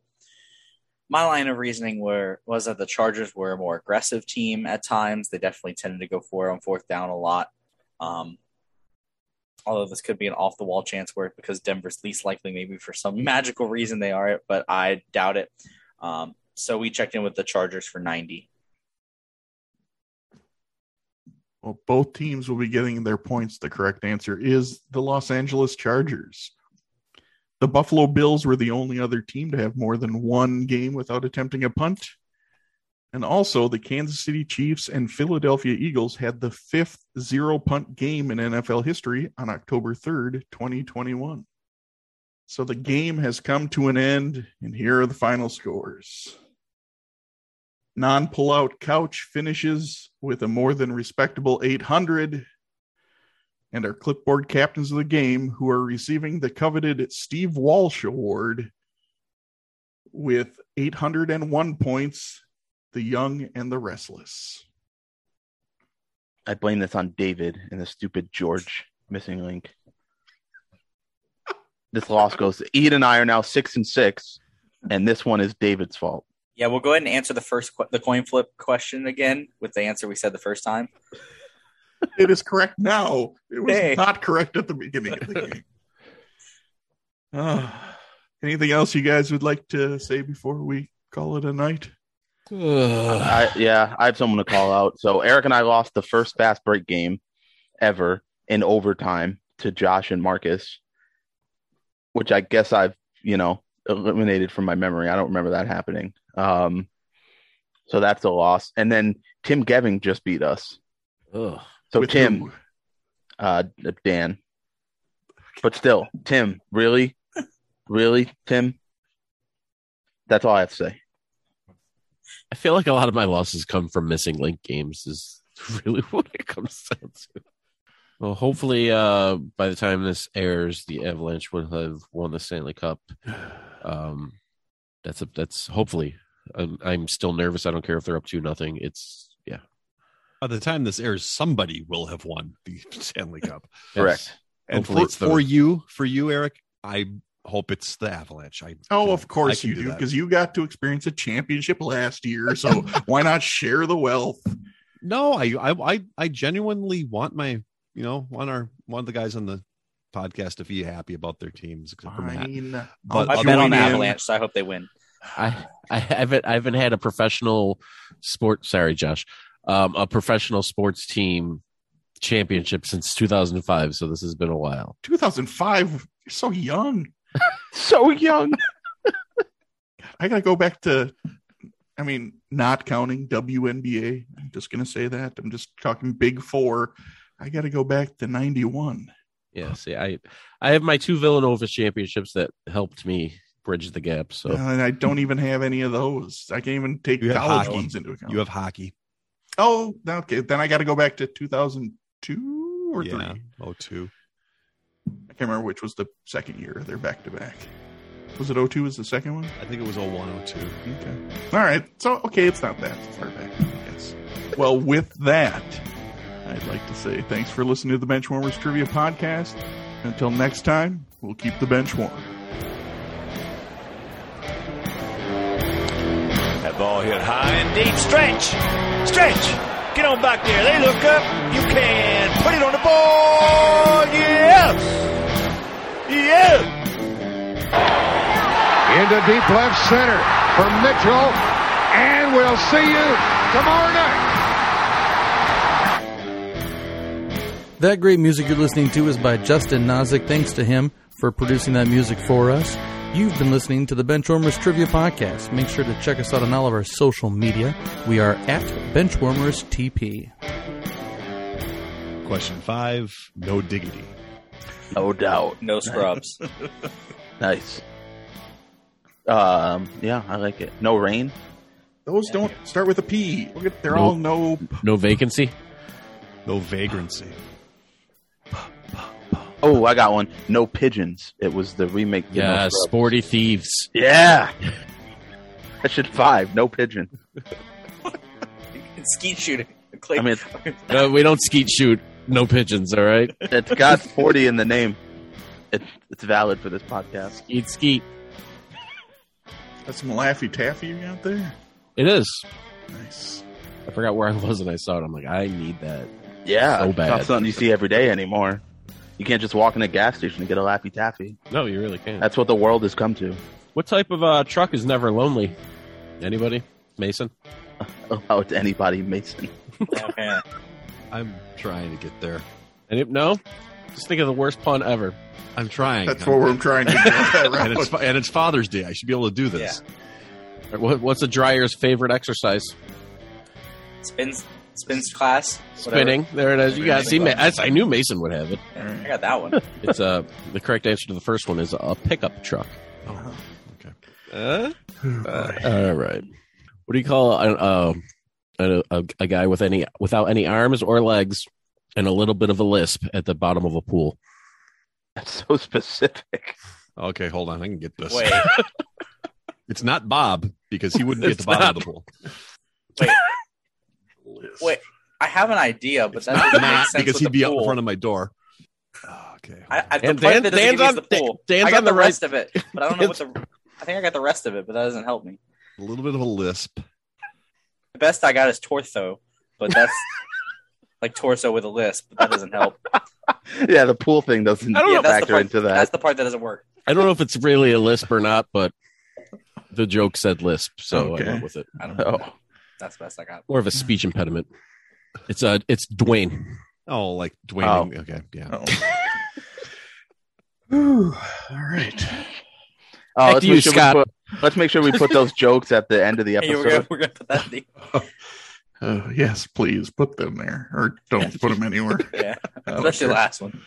[SPEAKER 5] my line of reasoning were was that the Chargers were a more aggressive team at times. They definitely tended to go for it on fourth down a lot. Um, although this could be an off the wall chance where because Denver's least likely, maybe for some magical reason they are it, but I doubt it. Um, so we checked in with the Chargers for ninety.
[SPEAKER 2] Well, both teams will be getting their points. The correct answer is the Los Angeles Chargers. The Buffalo Bills were the only other team to have more than one game without attempting a punt. And also, the Kansas City Chiefs and Philadelphia Eagles had the fifth zero punt game in NFL history on October 3rd, 2021. So the game has come to an end, and here are the final scores. Non pullout couch finishes with a more than respectable 800. And our clipboard captains of the game, who are receiving the coveted Steve Walsh Award with 801 points, the young and the restless.
[SPEAKER 4] I blame this on David and the stupid George missing link. This loss goes to Ian and I are now six and six, and this one is David's fault.
[SPEAKER 5] Yeah, we'll go ahead and answer the first qu- the coin flip question again with the answer we said the first time.
[SPEAKER 2] It is correct now. It was
[SPEAKER 5] Hey.
[SPEAKER 2] not correct at the beginning of the game. Ah, anything else you guys would like to say before we call it a night?
[SPEAKER 4] I, yeah, I have someone to call out. So Eric and I lost the first fast break game ever in overtime to Josh and Marcus, which I guess I've you know eliminated from my memory. I don't remember that happening. Um, so that's a loss. And then Tim Geving just beat us.
[SPEAKER 3] Ugh.
[SPEAKER 4] So
[SPEAKER 2] With
[SPEAKER 4] Tim,
[SPEAKER 2] who?
[SPEAKER 4] uh, Dan, but still, Tim, really, really, Tim. That's all I have to say.
[SPEAKER 3] I feel like a lot of my losses come from missing link games. Is really what it comes down to. Well, hopefully, uh, by the time this airs, the Avalanche will have won the Stanley Cup. Um, that's a, that's hopefully. I'm, I'm still nervous. I don't care if they're up two nothing. It's yeah,
[SPEAKER 7] By the time this airs, somebody will have won the Stanley Cup.
[SPEAKER 4] Correct.
[SPEAKER 2] And
[SPEAKER 3] Hopefully
[SPEAKER 7] for,
[SPEAKER 2] for,
[SPEAKER 3] it's the-
[SPEAKER 7] for you, for you, Eric, I hope it's the Avalanche. I
[SPEAKER 2] oh,
[SPEAKER 7] can-
[SPEAKER 2] of course
[SPEAKER 7] I can
[SPEAKER 2] you do,
[SPEAKER 7] that.
[SPEAKER 2] because you got to experience a championship last year. So why not share the wealth?
[SPEAKER 7] No, I, I I I genuinely want my you know want our one of the guys on the podcast to be happy about their teams except for Matt.
[SPEAKER 2] Fine.
[SPEAKER 7] But
[SPEAKER 2] I'll
[SPEAKER 5] I bet
[SPEAKER 2] join
[SPEAKER 5] on the
[SPEAKER 2] in.
[SPEAKER 5] Avalanche, so I hope they win.
[SPEAKER 3] I I haven't I haven't had a professional sport. Sorry, Josh, um, a professional sports team championship since 2005. So this has been a while.
[SPEAKER 2] 2005. You're so young.
[SPEAKER 4] So young.
[SPEAKER 2] I gotta go back to. I mean, not counting WNBA. I'm just gonna say that. I'm just talking Big Four. I gotta go back to '91.
[SPEAKER 3] Yeah, see, I I have my two Villanova championships that helped me bridge the gap. So
[SPEAKER 2] and I don't even have any of those. I can't even take
[SPEAKER 7] You have
[SPEAKER 2] college
[SPEAKER 7] hockey.
[SPEAKER 2] ones into account.
[SPEAKER 7] You have hockey.
[SPEAKER 2] oh, okay. Then I got to go back to 2002 or three.
[SPEAKER 7] yeah.
[SPEAKER 2] I
[SPEAKER 7] Oh two.
[SPEAKER 2] can't remember which was the second year. They're back to back. Was it 02 was the second one?
[SPEAKER 7] I think it was oh one oh two.
[SPEAKER 2] Okay. All right. So, okay, it's not that far back. I guess. Well, with that, I'd like to say thanks for listening to the Benchwarmers Trivia Podcast. Until next time, we'll keep the bench warm.
[SPEAKER 8] That ball hit high and deep. Stretch. Stretch. Get on back there. They look up. You can put it on the board. Yes. Yes.
[SPEAKER 9] into deep left center for Mitchell, and we'll see you tomorrow night.
[SPEAKER 1] That great music you're listening to is by Justin Nozick. Thanks to him for producing that music for us. You've been listening to the Benchwarmers Trivia Podcast. Make sure to check us out on all of our social media. We are at Benchwarmers TP.
[SPEAKER 7] Question five. No diggity.
[SPEAKER 4] No doubt.
[SPEAKER 5] No scrubs.
[SPEAKER 4] Nice. Um, yeah, I like it. No rain.
[SPEAKER 2] Those don't start with a P. Look at, they're all no.
[SPEAKER 3] no vacancy.
[SPEAKER 7] No vagrancy.
[SPEAKER 4] Oh, I got one. No pigeons. It was the remake. to No
[SPEAKER 3] Yeah,
[SPEAKER 4] Scrubs.
[SPEAKER 3] Uh, sporty thieves.
[SPEAKER 4] Yeah. I should five. No pigeon.
[SPEAKER 5] And skeet shooting.
[SPEAKER 4] I mean,
[SPEAKER 3] No, Uh, we don't skeet shoot. No pigeons. All right,
[SPEAKER 4] it's got forty in the name. It, it's valid for this podcast.
[SPEAKER 3] skeet skeet.
[SPEAKER 2] That's some Laffy Taffy you got there.
[SPEAKER 3] It is.
[SPEAKER 2] Nice.
[SPEAKER 3] I forgot where I was and I saw it. I'm like, I need that.
[SPEAKER 4] Yeah,
[SPEAKER 3] So
[SPEAKER 4] it's
[SPEAKER 3] bad.
[SPEAKER 4] not something you see every day anymore. You can't just walk in a gas station and get a laffy taffy.
[SPEAKER 3] No, you really can't.
[SPEAKER 4] That's what the world has come to.
[SPEAKER 3] What type of uh, truck is never lonely? Anybody? Mason.
[SPEAKER 5] Oh,
[SPEAKER 4] Allow it to anybody, Oh, Mason.
[SPEAKER 5] okay.
[SPEAKER 7] I'm trying to get there.
[SPEAKER 3] And it, no, just think of the worst pun ever.
[SPEAKER 7] I'm trying.
[SPEAKER 2] That's
[SPEAKER 7] I'm-
[SPEAKER 2] what we're trying to do. That
[SPEAKER 7] and it's
[SPEAKER 2] route.
[SPEAKER 7] fa- and it's Father's Day. I should be able to do this.
[SPEAKER 3] Or what- What's a dryer's favorite exercise?
[SPEAKER 5] Spins, spins class. whatever.
[SPEAKER 3] Spinning. There it is. You got see. Ma-
[SPEAKER 5] Spinning.
[SPEAKER 3] I I knew Mason would have it.
[SPEAKER 5] Yeah, I got that one.
[SPEAKER 3] It's uh, the correct answer to the first one is a pickup truck.
[SPEAKER 7] Oh,
[SPEAKER 2] Uh-huh.
[SPEAKER 7] Uh,
[SPEAKER 3] All right. What do you call a, a, a, a, a guy with any without any arms or legs and a little bit of a lisp at the bottom of a pool?
[SPEAKER 4] That's so specific.
[SPEAKER 7] okay, hold on. I can get this.
[SPEAKER 5] Wait,
[SPEAKER 7] It's not Bob because he wouldn't be at the
[SPEAKER 3] It's
[SPEAKER 7] bottom
[SPEAKER 3] not.
[SPEAKER 7] of the pool.
[SPEAKER 5] wait. I have an idea, but that doesn't make
[SPEAKER 7] Not
[SPEAKER 5] sense.
[SPEAKER 7] because
[SPEAKER 5] with
[SPEAKER 7] he'd
[SPEAKER 5] the
[SPEAKER 7] be out
[SPEAKER 5] pool.
[SPEAKER 7] in front of my door. Ah, Okay.
[SPEAKER 5] I, I, the
[SPEAKER 3] And
[SPEAKER 5] part
[SPEAKER 3] Dan-
[SPEAKER 5] that doesn't
[SPEAKER 3] Dan's
[SPEAKER 5] give me is
[SPEAKER 3] on-
[SPEAKER 5] the pool.
[SPEAKER 3] Dan's
[SPEAKER 5] I got
[SPEAKER 3] on the,
[SPEAKER 5] the
[SPEAKER 3] right.
[SPEAKER 5] rest of it, but I don't know what the. I think I got the rest of it, but that doesn't help me.
[SPEAKER 7] A little bit of a lisp.
[SPEAKER 5] The best I got is torso, but that's like torso with a lisp, but that doesn't help.
[SPEAKER 4] Yeah, the pool thing doesn't
[SPEAKER 5] I don't know if that's the
[SPEAKER 4] factor
[SPEAKER 5] part-
[SPEAKER 4] into that.
[SPEAKER 5] That's the part that doesn't work.
[SPEAKER 3] I don't know if it's really a lisp or not, but the joke said lisp, so
[SPEAKER 2] Okay.
[SPEAKER 3] I went with it.
[SPEAKER 5] I don't know.
[SPEAKER 4] Oh,
[SPEAKER 5] That's the best I got.
[SPEAKER 3] More of a speech impediment. It's uh, it's Dwayne.
[SPEAKER 7] Oh, like Dwayne.
[SPEAKER 4] Oh.
[SPEAKER 7] Okay, yeah.
[SPEAKER 2] Oh. Whew. All right.
[SPEAKER 4] oh
[SPEAKER 3] Back
[SPEAKER 4] let's,
[SPEAKER 3] to
[SPEAKER 4] make
[SPEAKER 3] you,
[SPEAKER 4] sure
[SPEAKER 3] Scott.
[SPEAKER 4] We put, let's make sure we put those jokes at the end of the
[SPEAKER 5] Hey, we're gonna,
[SPEAKER 4] episode.
[SPEAKER 5] we're gonna put that. In the,
[SPEAKER 2] Uh, yes, please put them there or don't put them anywhere.
[SPEAKER 5] yeah,
[SPEAKER 2] I don't
[SPEAKER 5] especially
[SPEAKER 4] Oh,
[SPEAKER 2] care.
[SPEAKER 5] last one.